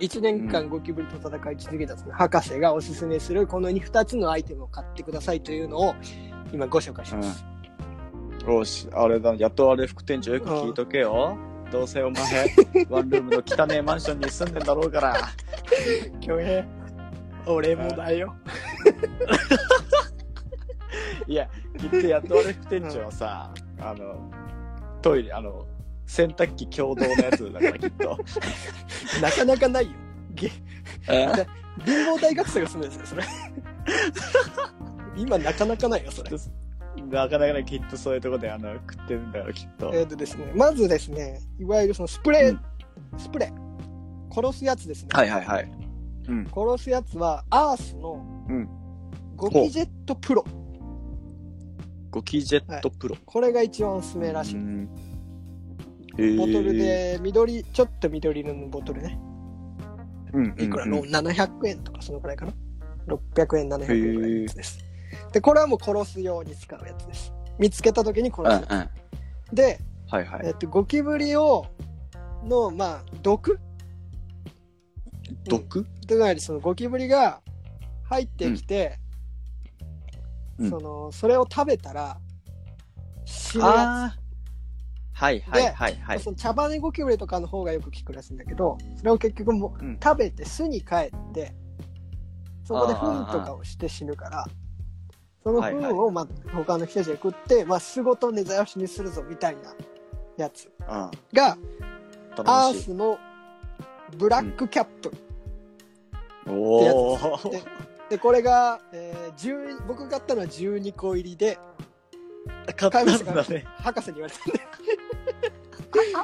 [SPEAKER 2] 1年間ゴキブリと戦い続けたその博士がおすすめするこの 2, 2つのアイテムを買ってくださいというのを今ご紹介します、
[SPEAKER 3] よし、あれだ、やっとあれ副店長よく聞いとけよ。どうせお前、 ワンルームの汚ねえマンションに住んでんだろうから。
[SPEAKER 2] 恭平俺もだよ
[SPEAKER 3] いや、きっとやっと俺副店長はさ、あの、トイレ、あの、洗濯機共同のやつだからきっ と。
[SPEAKER 2] なかなかないよげ貧乏大学生が住むんですよそれ 今なかなかないよそれ
[SPEAKER 3] なかなかね、きっとそういうとこであの食ってるんだよ、きっと。
[SPEAKER 2] えーとですねまずですねいわゆるそのスプレー、スプレー殺すやつですね、
[SPEAKER 3] はいはいはい。うん。
[SPEAKER 2] 殺すやつはアースの
[SPEAKER 3] うん
[SPEAKER 2] ゴキジェットプロ、
[SPEAKER 3] ゴキジェットプロ。
[SPEAKER 2] これが一番おすすめらしい、
[SPEAKER 3] うんへー
[SPEAKER 2] ボトルで緑ちょっと緑色のボトルね
[SPEAKER 3] うんうんうん
[SPEAKER 2] いくらの、700円とかそのくらいかな600円700円くらいのやつですでこれはもう殺す用に使うやつです見つけた時に殺
[SPEAKER 3] うんう
[SPEAKER 2] す、
[SPEAKER 3] ん。
[SPEAKER 2] で、
[SPEAKER 3] はいは
[SPEAKER 2] え
[SPEAKER 3] い。
[SPEAKER 2] っとゴキブリをのまあ毒
[SPEAKER 3] 毒
[SPEAKER 2] つまりそのゴキブリが入ってきて、
[SPEAKER 3] うん
[SPEAKER 2] そのそれを食べたら死ぬや
[SPEAKER 3] あーはいはいはい
[SPEAKER 2] つ、
[SPEAKER 3] はい。
[SPEAKER 2] その茶羽ゴキブリとかの方がよく効くらしいんだけどそれを結局もう、
[SPEAKER 3] うん
[SPEAKER 2] 食べて巣に帰ってそこで
[SPEAKER 3] あー
[SPEAKER 2] 糞とかをして死ぬからその
[SPEAKER 3] はいはい
[SPEAKER 2] 糞を、まあ、他の人たちが食って、まあ、巣ごと根ざやしにするぞみたいなやつ
[SPEAKER 3] あ
[SPEAKER 2] が
[SPEAKER 3] あ、
[SPEAKER 2] ア
[SPEAKER 3] 楽
[SPEAKER 2] ー
[SPEAKER 3] しい。
[SPEAKER 2] スのブラックキャップ、
[SPEAKER 3] おお。
[SPEAKER 2] ででこれが、えー10僕が買ったのは12個入りで
[SPEAKER 3] 買 ったんだね。
[SPEAKER 2] 博士に言われ た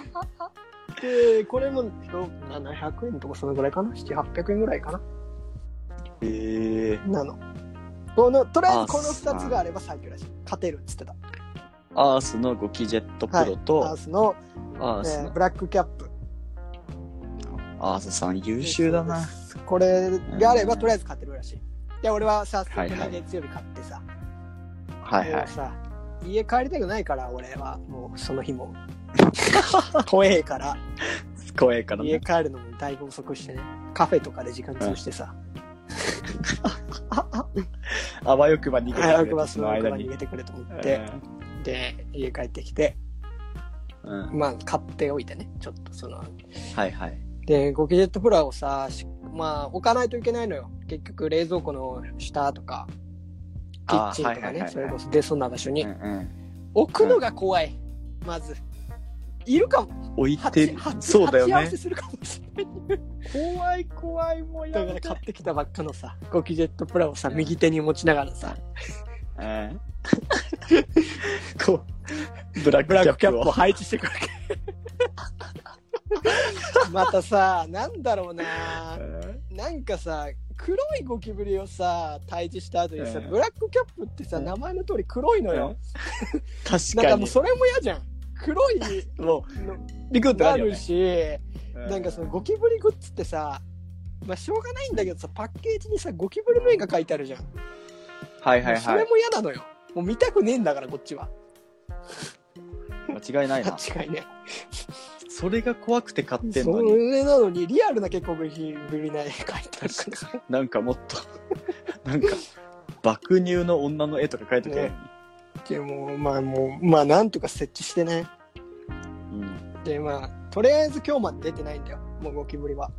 [SPEAKER 2] んででこれも700円とかそのぐらいかな700800円ぐらいかな
[SPEAKER 3] へえ。
[SPEAKER 2] なのこのとりあえずこの
[SPEAKER 3] あそう
[SPEAKER 2] 2つがあれば最強らしい勝てるっつってた
[SPEAKER 3] アースのゴキジェットプロ
[SPEAKER 2] アー
[SPEAKER 3] と、
[SPEAKER 2] スの、
[SPEAKER 3] ア
[SPEAKER 2] え
[SPEAKER 3] ース
[SPEAKER 2] ー
[SPEAKER 3] の、
[SPEAKER 2] ブラックキャップ
[SPEAKER 3] アースさん優秀だな。
[SPEAKER 2] そうですこれがあればとりあえず勝てるらしいいや俺はさ
[SPEAKER 3] はいはい
[SPEAKER 2] 月曜日買ってさ、
[SPEAKER 3] はいは
[SPEAKER 2] も。
[SPEAKER 3] いう
[SPEAKER 2] さ家帰りたくないから俺はもうその日 も怖えから
[SPEAKER 3] 怖いから
[SPEAKER 2] 家
[SPEAKER 3] ね。
[SPEAKER 2] 帰るのもだいぶ遅くしてねカフェとかで時間潰してさ、
[SPEAKER 3] あわよくば逃げて
[SPEAKER 2] 早く
[SPEAKER 3] くれ
[SPEAKER 2] バ
[SPEAKER 3] そ
[SPEAKER 2] ス
[SPEAKER 3] の
[SPEAKER 2] の
[SPEAKER 3] 間
[SPEAKER 2] 間に逃
[SPEAKER 3] に。
[SPEAKER 2] げてくれと思っ
[SPEAKER 3] で
[SPEAKER 2] て、、で家帰ってきて
[SPEAKER 3] うん。は
[SPEAKER 2] まあ買っておいてねちょっとその
[SPEAKER 3] いはい。
[SPEAKER 2] でゴキジェットプラをさしまあ置かないといけないのよ結局冷蔵庫の下とかキッ
[SPEAKER 3] あ
[SPEAKER 2] チンとかねそれこ
[SPEAKER 3] そ。
[SPEAKER 2] そ出そうな場所に、
[SPEAKER 3] うんうん
[SPEAKER 2] 置くのが怖いまずいるかも
[SPEAKER 3] 置いて
[SPEAKER 2] 鉢
[SPEAKER 3] る
[SPEAKER 2] 鉢
[SPEAKER 3] そうだよ
[SPEAKER 2] 鉢合わ
[SPEAKER 3] ね
[SPEAKER 2] せ。するかもしれない
[SPEAKER 3] 怖い怖いもう
[SPEAKER 2] だから買ってきたばっかのさゴキジェットプラをさ右手に持ちながらさ
[SPEAKER 3] うん こうブラッ
[SPEAKER 2] ブラッ
[SPEAKER 3] ク
[SPEAKER 2] ク
[SPEAKER 3] キ
[SPEAKER 2] キ
[SPEAKER 3] ャ
[SPEAKER 2] ャッ
[SPEAKER 3] ップ
[SPEAKER 2] プ
[SPEAKER 3] を
[SPEAKER 2] を配置してくるわ けまたさなんだろうななんかさ黒いゴキブリをさ退治した後にさ、
[SPEAKER 3] うん
[SPEAKER 2] ブラックキャップってさ、
[SPEAKER 3] うん
[SPEAKER 2] 名前の通り黒いのよ、
[SPEAKER 3] 確
[SPEAKER 2] なん
[SPEAKER 3] か
[SPEAKER 2] かも
[SPEAKER 3] に
[SPEAKER 2] うそれも嫌じゃん黒 い
[SPEAKER 3] も
[SPEAKER 2] の
[SPEAKER 3] うビクッと
[SPEAKER 2] な
[SPEAKER 3] なるよ
[SPEAKER 2] る
[SPEAKER 3] ね
[SPEAKER 2] し、なんかそのゴキブリグッズってさまあしょうがないんだけどさパッケージにさゴキブリの絵が書いてあるじゃん、
[SPEAKER 3] はいはい
[SPEAKER 2] そ
[SPEAKER 3] は
[SPEAKER 2] れ
[SPEAKER 3] い
[SPEAKER 2] も嫌なのよもう見たくねえんだからこっちは
[SPEAKER 3] 間違いないな。
[SPEAKER 2] 間違いね。
[SPEAKER 3] それが怖くて買ってん
[SPEAKER 2] そ
[SPEAKER 3] のに、
[SPEAKER 2] れなのにリアルな結構ぶりぶりない絵描いてあるから ね
[SPEAKER 3] なんかもっと、なんか、爆乳の女の絵とか描いとけ、
[SPEAKER 2] ねでもまあもうまあなんとか設置してね
[SPEAKER 3] うん。
[SPEAKER 2] でまあとりあえず今日まで出てないんだよもうゴキブリは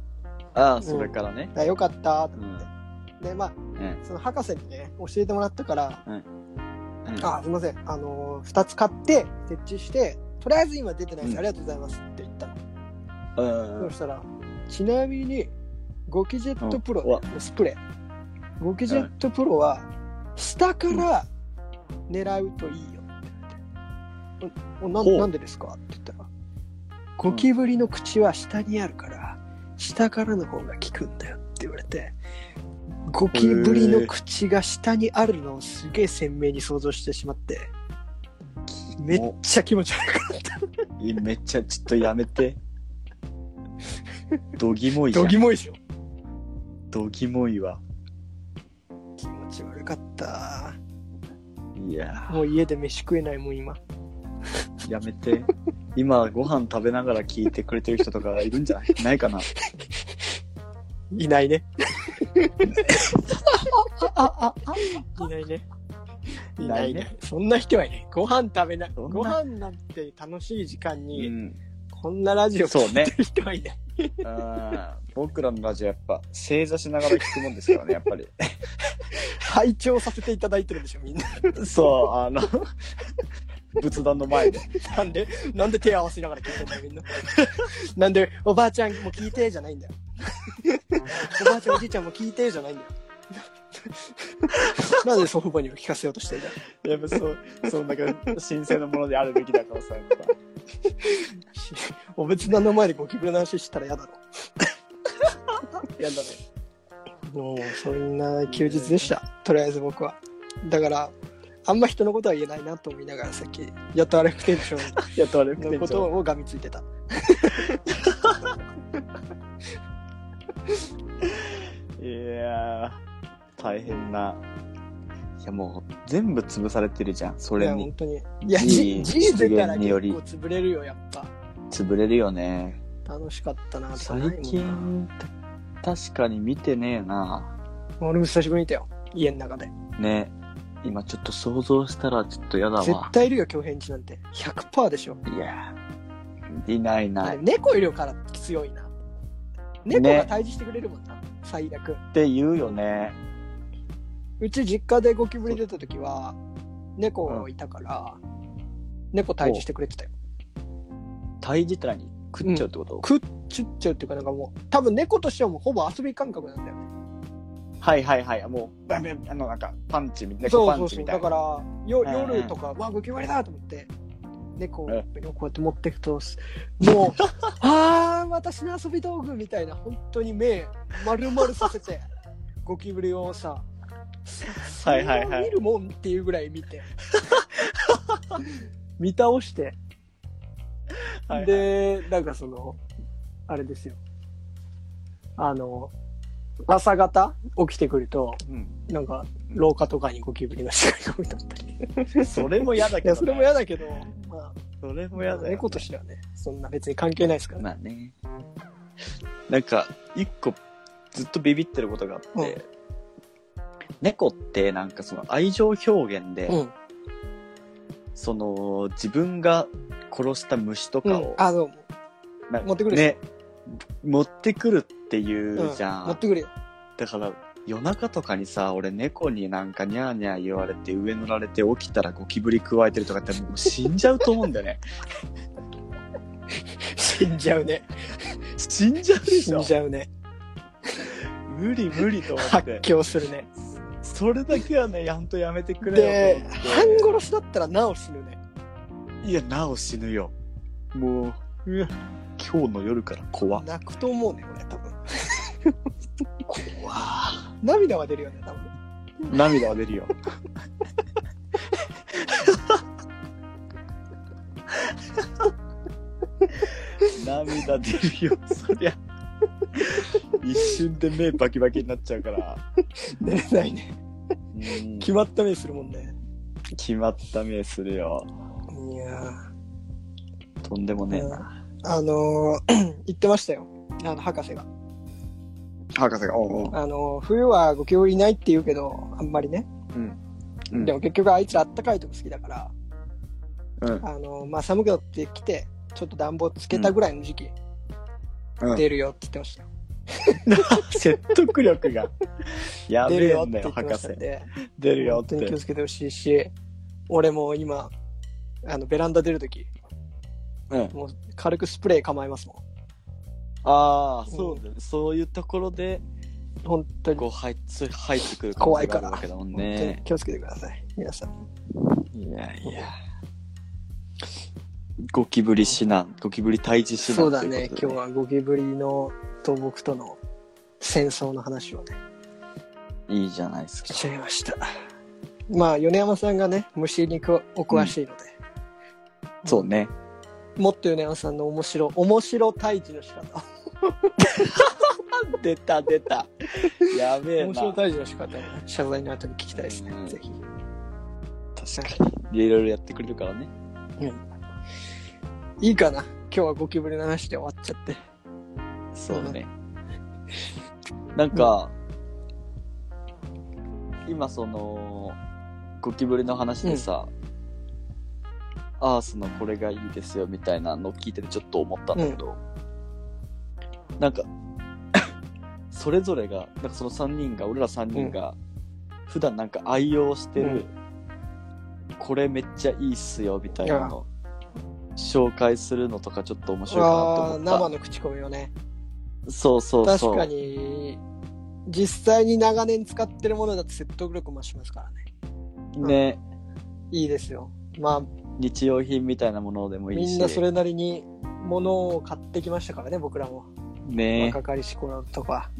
[SPEAKER 3] ああ、それからね
[SPEAKER 2] だ。からよかったと
[SPEAKER 3] うん。
[SPEAKER 2] 思って、でまあ
[SPEAKER 3] ね
[SPEAKER 2] その博士にね教えてもらったから
[SPEAKER 3] うん
[SPEAKER 2] あすいませんあのー、2つ買って設置してとりあえず今出てないです、
[SPEAKER 3] うん
[SPEAKER 2] ありがとうございますって言ったの、
[SPEAKER 3] うん
[SPEAKER 2] そしたらちなみにゴキジェットプロ、
[SPEAKER 3] うんうわ
[SPEAKER 2] スプレーゴキジェットプロは下から狙うといいよっておおな
[SPEAKER 3] ほうん
[SPEAKER 2] なんでですかって言ったらゴキブリの口は下にあるから下からの方が効くんだよって言われてゴキブリの口が下にあるのをすげえ鮮明に想像してしまってめっちゃ気持ち悪かった
[SPEAKER 3] いやめっちゃ、ちょっとやめて。どぎもいじゃ
[SPEAKER 2] ど
[SPEAKER 3] ん
[SPEAKER 2] ぎ。もいでしょ
[SPEAKER 3] どぎもいわ。
[SPEAKER 2] 気持ち悪かった
[SPEAKER 3] いや
[SPEAKER 2] もう家で飯食えないもん今
[SPEAKER 3] ー、やめて。今、ご飯食べながら聞いてくれてる人とかいるんじゃないないかない
[SPEAKER 2] ないねいないねいない
[SPEAKER 3] いない
[SPEAKER 2] ねそんな人はいないご飯食べない
[SPEAKER 3] そんな
[SPEAKER 2] ご飯なんて楽しい時間
[SPEAKER 3] う
[SPEAKER 2] に
[SPEAKER 3] ん。
[SPEAKER 2] こんなラジオ
[SPEAKER 3] そう
[SPEAKER 2] 聞
[SPEAKER 3] ね
[SPEAKER 2] いてる人はいない
[SPEAKER 3] あー僕らのラジオやっぱ正座しながら聞くもんですからねやっぱり
[SPEAKER 2] 拝聴させていただいてるんでしょみんな
[SPEAKER 3] そうあの仏壇の前で
[SPEAKER 2] なんでなんで手合わせながら聞いてんだよみんななんでおばあちゃんも聞いてじゃないんだよおばあちゃんおじいちゃんも聞いてじゃないんだよなんで祖父母にも聞かせようとしてんだよ
[SPEAKER 3] やっぱそうそんだけ神聖なものであるべきだからさやっぱ
[SPEAKER 2] お仏壇の前でゴキブリの話したら嫌 だ
[SPEAKER 3] やだね
[SPEAKER 2] ろもうそんな休日でしたとりあえず僕はだからあんま人のことは言えないなと思いながらさっきやっとアレフ店長
[SPEAKER 3] 雇われて
[SPEAKER 2] の
[SPEAKER 3] る
[SPEAKER 2] ことをがみついてた
[SPEAKER 3] いやー大変ないやもう全部潰されてるじゃんそ
[SPEAKER 2] い
[SPEAKER 3] れ
[SPEAKER 2] や
[SPEAKER 3] に
[SPEAKER 2] 本当にいや
[SPEAKER 3] G-
[SPEAKER 2] G 出たら結
[SPEAKER 3] 出現
[SPEAKER 2] 構
[SPEAKER 3] により
[SPEAKER 2] 潰れるよやっぱ
[SPEAKER 3] 潰れるよね
[SPEAKER 2] 楽しかったなってないもんな
[SPEAKER 3] 最近確かに見てねえな
[SPEAKER 2] 俺も久しぶりにいたよ家の中で
[SPEAKER 3] ね今ちょっと想像したらちょっとやだ
[SPEAKER 2] 絶
[SPEAKER 3] わ
[SPEAKER 2] 対いるよ京変地なんて100%でしょ
[SPEAKER 3] いやーいないない
[SPEAKER 2] 猫いるから強いな猫が退治してくれるもんな、最悪
[SPEAKER 3] って言うよね。
[SPEAKER 2] うち実家でゴキブリ出た時は猫いたから、猫退治してくれてたよ
[SPEAKER 3] 退治って何食っちゃうってこと、
[SPEAKER 2] 食っちゃっちゃうっていうかなんかもう多分猫としてはもうほぼ遊び感覚なんだよね
[SPEAKER 3] はいはいはい。もう、バンバンあの、なんか、パンチみたいな、
[SPEAKER 2] そう
[SPEAKER 3] パ
[SPEAKER 2] そ
[SPEAKER 3] ン
[SPEAKER 2] う
[SPEAKER 3] チ
[SPEAKER 2] そう
[SPEAKER 3] みた
[SPEAKER 2] だ
[SPEAKER 3] い
[SPEAKER 2] か
[SPEAKER 3] な。
[SPEAKER 2] らよ
[SPEAKER 3] うんうん
[SPEAKER 2] 夜とか、わゴキブリだと思って猫を
[SPEAKER 3] う
[SPEAKER 2] こ
[SPEAKER 3] ん
[SPEAKER 2] うやって持ってくともう あー私の遊び道具みたいな本当に目丸々させ てゴキブリをさ
[SPEAKER 3] はいはいはい
[SPEAKER 2] そんな見るもんっていうぐらい見 て見倒して
[SPEAKER 3] はいはい
[SPEAKER 2] でなんかそのあれですよあの朝方起きてくると
[SPEAKER 3] うん、
[SPEAKER 2] なんか廊下とかにゴキブリの死骸が置いてあったりい
[SPEAKER 3] それも嫌だけど、
[SPEAKER 2] や
[SPEAKER 3] ね。
[SPEAKER 2] それも嫌だけど、ま
[SPEAKER 3] それも
[SPEAKER 2] あ、
[SPEAKER 3] 嫌だよ
[SPEAKER 2] 猫。としてはねそんな別に関係ないですからね
[SPEAKER 3] まあね。なんか、一個、ずっとビビってることがあって、
[SPEAKER 2] うん
[SPEAKER 3] 猫って、なんかその、愛情表現で、
[SPEAKER 2] うん
[SPEAKER 3] その、自分が殺した虫と
[SPEAKER 2] う
[SPEAKER 3] か
[SPEAKER 2] ん
[SPEAKER 3] を、
[SPEAKER 2] あどうも
[SPEAKER 3] なんか
[SPEAKER 2] 持ってくる
[SPEAKER 3] ね、持ってくるっていうじゃん。
[SPEAKER 2] 持ってくるよ
[SPEAKER 3] だから夜中とかにさ俺猫になんかニャーニャー言われて上乗られて起きたらゴキブリ食わえてるとかってもう死んじゃうと思うんだよね
[SPEAKER 2] 死んじゃうね
[SPEAKER 3] 死んじゃうでし
[SPEAKER 2] 死ん
[SPEAKER 3] ょ
[SPEAKER 2] じゃうね
[SPEAKER 3] 無理無理と思っ
[SPEAKER 2] 発
[SPEAKER 3] て
[SPEAKER 2] 狂するね
[SPEAKER 3] それだけはねやんとやめてくれよ
[SPEAKER 2] で
[SPEAKER 3] と
[SPEAKER 2] 半
[SPEAKER 3] 思っ
[SPEAKER 2] 殺しだったらなお死ぬね
[SPEAKER 3] ていやなお死ぬよもううわ今日の夜から怖っ
[SPEAKER 2] 泣くと思うね俺多分
[SPEAKER 3] 怖
[SPEAKER 2] 涙は出るよね多分
[SPEAKER 3] 涙は出るよ涙出るよそりゃ一瞬で目バキバキになっちゃうから
[SPEAKER 2] 寝れないね
[SPEAKER 3] うん
[SPEAKER 2] 決まった目するもんね
[SPEAKER 3] 決まった目するよ
[SPEAKER 2] いやー
[SPEAKER 3] とんでもねえな。
[SPEAKER 2] あのー 言ってましたよ。あの、博士が。
[SPEAKER 3] 博士が、おうおう。
[SPEAKER 2] あのー冬はゴキブリいないって言うけど、あんまりね。
[SPEAKER 3] うん
[SPEAKER 2] でも結局あいつらあったかいとこ好きだから、
[SPEAKER 3] うん。
[SPEAKER 2] あのーまあ寒くなってきて、ちょっと暖房つけたぐらいの時期、
[SPEAKER 3] うん
[SPEAKER 2] 出るよって言ってましたよ。
[SPEAKER 3] 説得力が。や
[SPEAKER 2] 出る
[SPEAKER 3] べ
[SPEAKER 2] よ
[SPEAKER 3] え
[SPEAKER 2] っ
[SPEAKER 3] ん
[SPEAKER 2] て
[SPEAKER 3] だ
[SPEAKER 2] 言って
[SPEAKER 3] よ、博
[SPEAKER 2] まし
[SPEAKER 3] 士
[SPEAKER 2] たん。で、
[SPEAKER 3] 出るよ
[SPEAKER 2] 本
[SPEAKER 3] っ
[SPEAKER 2] 当
[SPEAKER 3] て。
[SPEAKER 2] に気をつけてほしいし、俺も今、あの、ベランダ出るとき、
[SPEAKER 3] うん。
[SPEAKER 2] もう軽くスプレー構えますも
[SPEAKER 3] ああ、そうだね。そういうところで、
[SPEAKER 2] ん。本当に、
[SPEAKER 3] こう、入っそういう入ってくる可能性があるわけだもん
[SPEAKER 2] 本当に
[SPEAKER 3] ね。
[SPEAKER 2] 気をつけてください。皆さん。
[SPEAKER 3] いやいや。ゴキブリ指南、ゴキブリ退治指南
[SPEAKER 2] そうだね、今日
[SPEAKER 3] は。
[SPEAKER 2] はゴキブリのと僕との戦争の話をね、
[SPEAKER 3] いいじゃないですか
[SPEAKER 2] し。ちゃいました。まあ、米山さんがね、虫にくお詳しいので、
[SPEAKER 3] そうね。
[SPEAKER 2] もっと米山さんの面白、面白退治の仕方。
[SPEAKER 3] 出た出た。やべえ
[SPEAKER 2] 面
[SPEAKER 3] な。
[SPEAKER 2] 白退治の仕方を謝罪の後に聞きたいですね、
[SPEAKER 3] うん
[SPEAKER 2] ぜひ。
[SPEAKER 3] 確かに。いろいろやってくれるからね。
[SPEAKER 2] いいかな今日はゴキブリの話で終わっちゃって。
[SPEAKER 3] そう だね。なんか、今その、ゴキブリの話でさ、アースのこれがいいですよみたいなのを聞いててちょっと思ったんだけど、なんか、 それぞれが、なんかその3人が、俺ら3人が、普段なんか愛用してる、これめっちゃいいっすよみたいなの、紹介するのとかちょっと面白いかなって
[SPEAKER 2] ああー、
[SPEAKER 3] 思った
[SPEAKER 2] 生。の口コミをね。
[SPEAKER 3] そうそうそう。
[SPEAKER 2] 確かに、実際に長年使ってるものだと説得力増しますからね。
[SPEAKER 3] ね、
[SPEAKER 2] いいですよ。まあ、
[SPEAKER 3] 日用品みたいなものでもいいし。
[SPEAKER 2] みんなそれなりに物を買ってきましたからね、僕らも。
[SPEAKER 3] ね
[SPEAKER 2] 若かりし頃とか。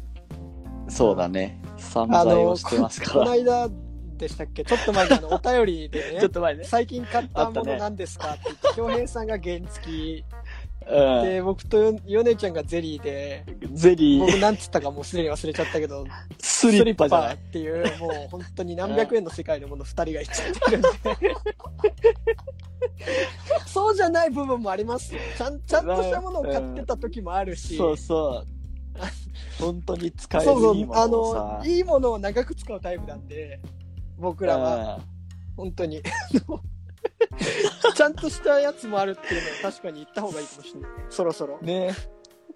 [SPEAKER 3] そうだね。散
[SPEAKER 2] あ
[SPEAKER 3] 財
[SPEAKER 2] の、
[SPEAKER 3] を
[SPEAKER 2] こ
[SPEAKER 3] してますか
[SPEAKER 2] こ
[SPEAKER 3] ら
[SPEAKER 2] の。間でしたっけちょっと前にあのお便りでね
[SPEAKER 3] ちょっ、と前ね。
[SPEAKER 2] 最近買ったも
[SPEAKER 3] あった
[SPEAKER 2] の
[SPEAKER 3] ね
[SPEAKER 2] 何ですかって言って、恭平さんが原付
[SPEAKER 3] う
[SPEAKER 2] で、僕とヨヨネちゃんがゼリーで、
[SPEAKER 3] ん。ゼリー、
[SPEAKER 2] 僕なんつったかもうすでに忘れちゃったけど、
[SPEAKER 3] スリッパじゃな
[SPEAKER 2] ス
[SPEAKER 3] い
[SPEAKER 2] リッパっていう、もう本当に何百円の世界のもの2人がいっちゃってるんで。そうじゃない部分もありますよちゃん。ちゃんとしたものを買ってた時もあるし。
[SPEAKER 3] そうそう。本当に使える
[SPEAKER 2] そうそう
[SPEAKER 3] いいも
[SPEAKER 2] あ
[SPEAKER 3] のを
[SPEAKER 2] の
[SPEAKER 3] さ。
[SPEAKER 2] いいものを長く使うタイプなんで僕らは本当に あのちゃんとしたやつもあるっていうのは確かに言った方がいいかもしれないそろそろ
[SPEAKER 3] うんね。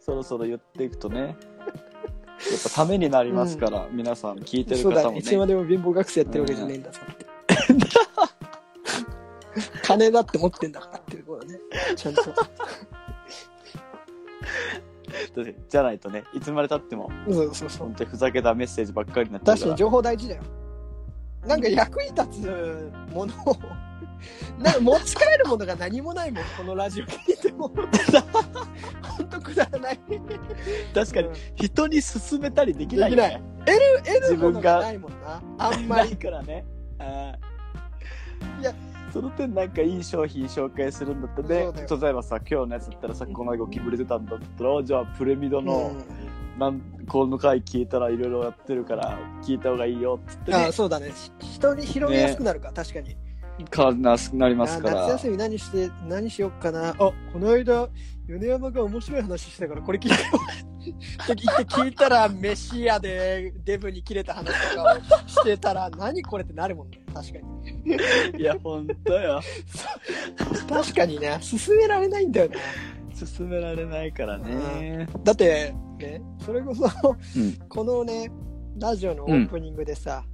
[SPEAKER 3] そろそろ言っていくとね。やっぱためになりますから、皆さん聞いてる
[SPEAKER 2] そうだ
[SPEAKER 3] 方
[SPEAKER 2] ね
[SPEAKER 3] も
[SPEAKER 2] いつま
[SPEAKER 3] ね。
[SPEAKER 2] でも貧乏学生やってるわけじゃねえんだぞ って、金だって持ってんだからっていうことねちゃんと
[SPEAKER 3] じゃないとね、いつまでたっても、
[SPEAKER 2] そうそうそう
[SPEAKER 3] 本当にふざけたメッセージばっかりになっちゃう
[SPEAKER 2] 確
[SPEAKER 3] か
[SPEAKER 2] からに。情報大事だよなんか役に立つもの をなんか持ち帰るものが何もないもんこのラジオ聞いても本当くだらない
[SPEAKER 3] 確かに、人に勧めたりできないよね。
[SPEAKER 2] できない得るものがないもんなあんま
[SPEAKER 3] な
[SPEAKER 2] り
[SPEAKER 3] いからね。あー
[SPEAKER 2] いや
[SPEAKER 3] その点なんかいい商品紹介するんだっ
[SPEAKER 2] そ
[SPEAKER 3] たね
[SPEAKER 2] うだ。よ
[SPEAKER 3] 例えばさ、今日のやつだったらさ、この間ゴキブリ出たんだったら、じゃあプレミドの、なんこの回聞いたらいろいろやってるから、聞いた方がいいよっつって
[SPEAKER 2] あ
[SPEAKER 3] ね
[SPEAKER 2] あ、そうだねし人に広げやすくなるか、確かに
[SPEAKER 3] かななります
[SPEAKER 2] あ
[SPEAKER 3] から。
[SPEAKER 2] 夏休み何して何しよっかなあこの間米山が面白い話してたからこれ聞い てって言って聞いたら飯屋でデブに切れた話とかをしてたら何これってなるもんね確かに
[SPEAKER 3] いや、ほんとよ。
[SPEAKER 2] 確かにね勧められないんだよね
[SPEAKER 3] 勧められないからね。
[SPEAKER 2] だってねそれこそ、
[SPEAKER 3] うん
[SPEAKER 2] このねラジオのオープニングでさ、
[SPEAKER 3] ん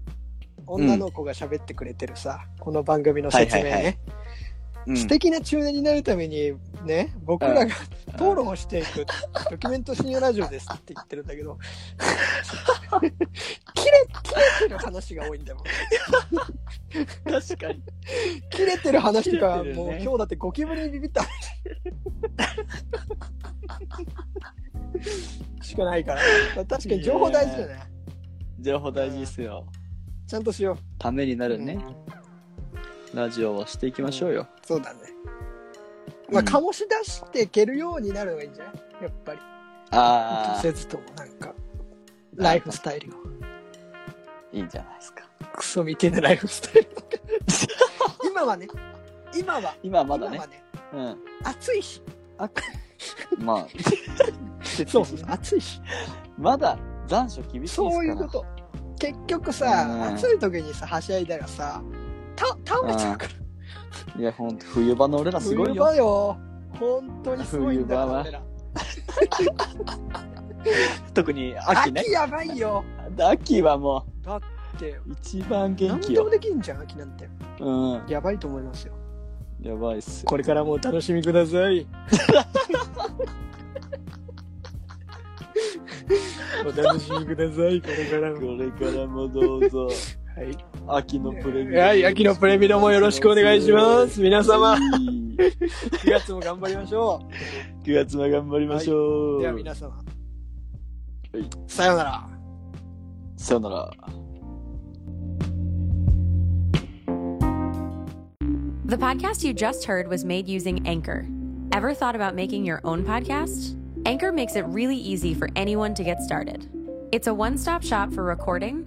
[SPEAKER 2] 女の子が喋ってくれてるさ、この番組の説明ね、
[SPEAKER 3] はいはいはうん
[SPEAKER 2] 素敵な中年になるためにね僕らが討論をしていくドキュメント深夜ラジオですって言ってるんだけど キレキレてる話が多いんだもん
[SPEAKER 3] 確かに。
[SPEAKER 2] キレてる話とか、
[SPEAKER 3] キレてるね
[SPEAKER 2] もう今日だってゴキブリにビビったしかないから確かに情報大事だね
[SPEAKER 3] 情報大事ですよ。
[SPEAKER 2] ちゃんとしよう
[SPEAKER 3] ためになるね。ラジオをしていきましょうよ。
[SPEAKER 2] そうだねまあ
[SPEAKER 3] うん
[SPEAKER 2] 醸し出していけるようになるのがいいんじゃないやっぱり
[SPEAKER 3] あ
[SPEAKER 2] 直接ともなんかライフスタイルを
[SPEAKER 3] あ、いいんじゃないですか。
[SPEAKER 2] クソみてえなライフスタイル 今はね今は
[SPEAKER 3] 今はまだね
[SPEAKER 2] 今は。ね
[SPEAKER 3] うん。
[SPEAKER 2] 暑いし。
[SPEAKER 3] まあ、
[SPEAKER 2] そうそうそう、暑いし。
[SPEAKER 3] まだ残暑厳しいですから。
[SPEAKER 2] そういうこと。結局
[SPEAKER 3] うん
[SPEAKER 2] さ、暑い時にさ、はしゃいだらさ、た、倒れちゃうから。
[SPEAKER 3] いや、ほんと、冬場の俺らすごい
[SPEAKER 2] 冬
[SPEAKER 3] よ。
[SPEAKER 2] 場よ。本当にすごいんだ
[SPEAKER 3] 冬場
[SPEAKER 2] よ
[SPEAKER 3] は
[SPEAKER 2] 俺ら。
[SPEAKER 3] 特に秋
[SPEAKER 2] 秋
[SPEAKER 3] ね。
[SPEAKER 2] やばいよ。
[SPEAKER 3] 秋はも
[SPEAKER 2] だって、
[SPEAKER 3] う、一番元
[SPEAKER 2] 何
[SPEAKER 3] 気
[SPEAKER 2] でも
[SPEAKER 3] よ。
[SPEAKER 2] できんじゃん、秋なんて。
[SPEAKER 3] うん。
[SPEAKER 2] やばいと思いますよ。
[SPEAKER 3] やばいっす。
[SPEAKER 2] これからもお楽しみくださ い。お楽しみください、これから
[SPEAKER 3] こ。れからもどう ぞ、
[SPEAKER 2] はい。
[SPEAKER 3] 秋のプレミアム。
[SPEAKER 2] はい、秋のプレミアムもよろしくお願いします。皆様、
[SPEAKER 3] 9
[SPEAKER 2] 9月も頑張りましょ
[SPEAKER 3] 月も頑張りましょ
[SPEAKER 2] う。
[SPEAKER 3] う。
[SPEAKER 2] では皆様、
[SPEAKER 3] い
[SPEAKER 2] さようなら。
[SPEAKER 3] さよなら。
[SPEAKER 4] The podcast you just heard was made using Anchor. Ever thought about making your own podcast? Anchor makes it really easy for anyone to get started. It's a one stop shop for recording,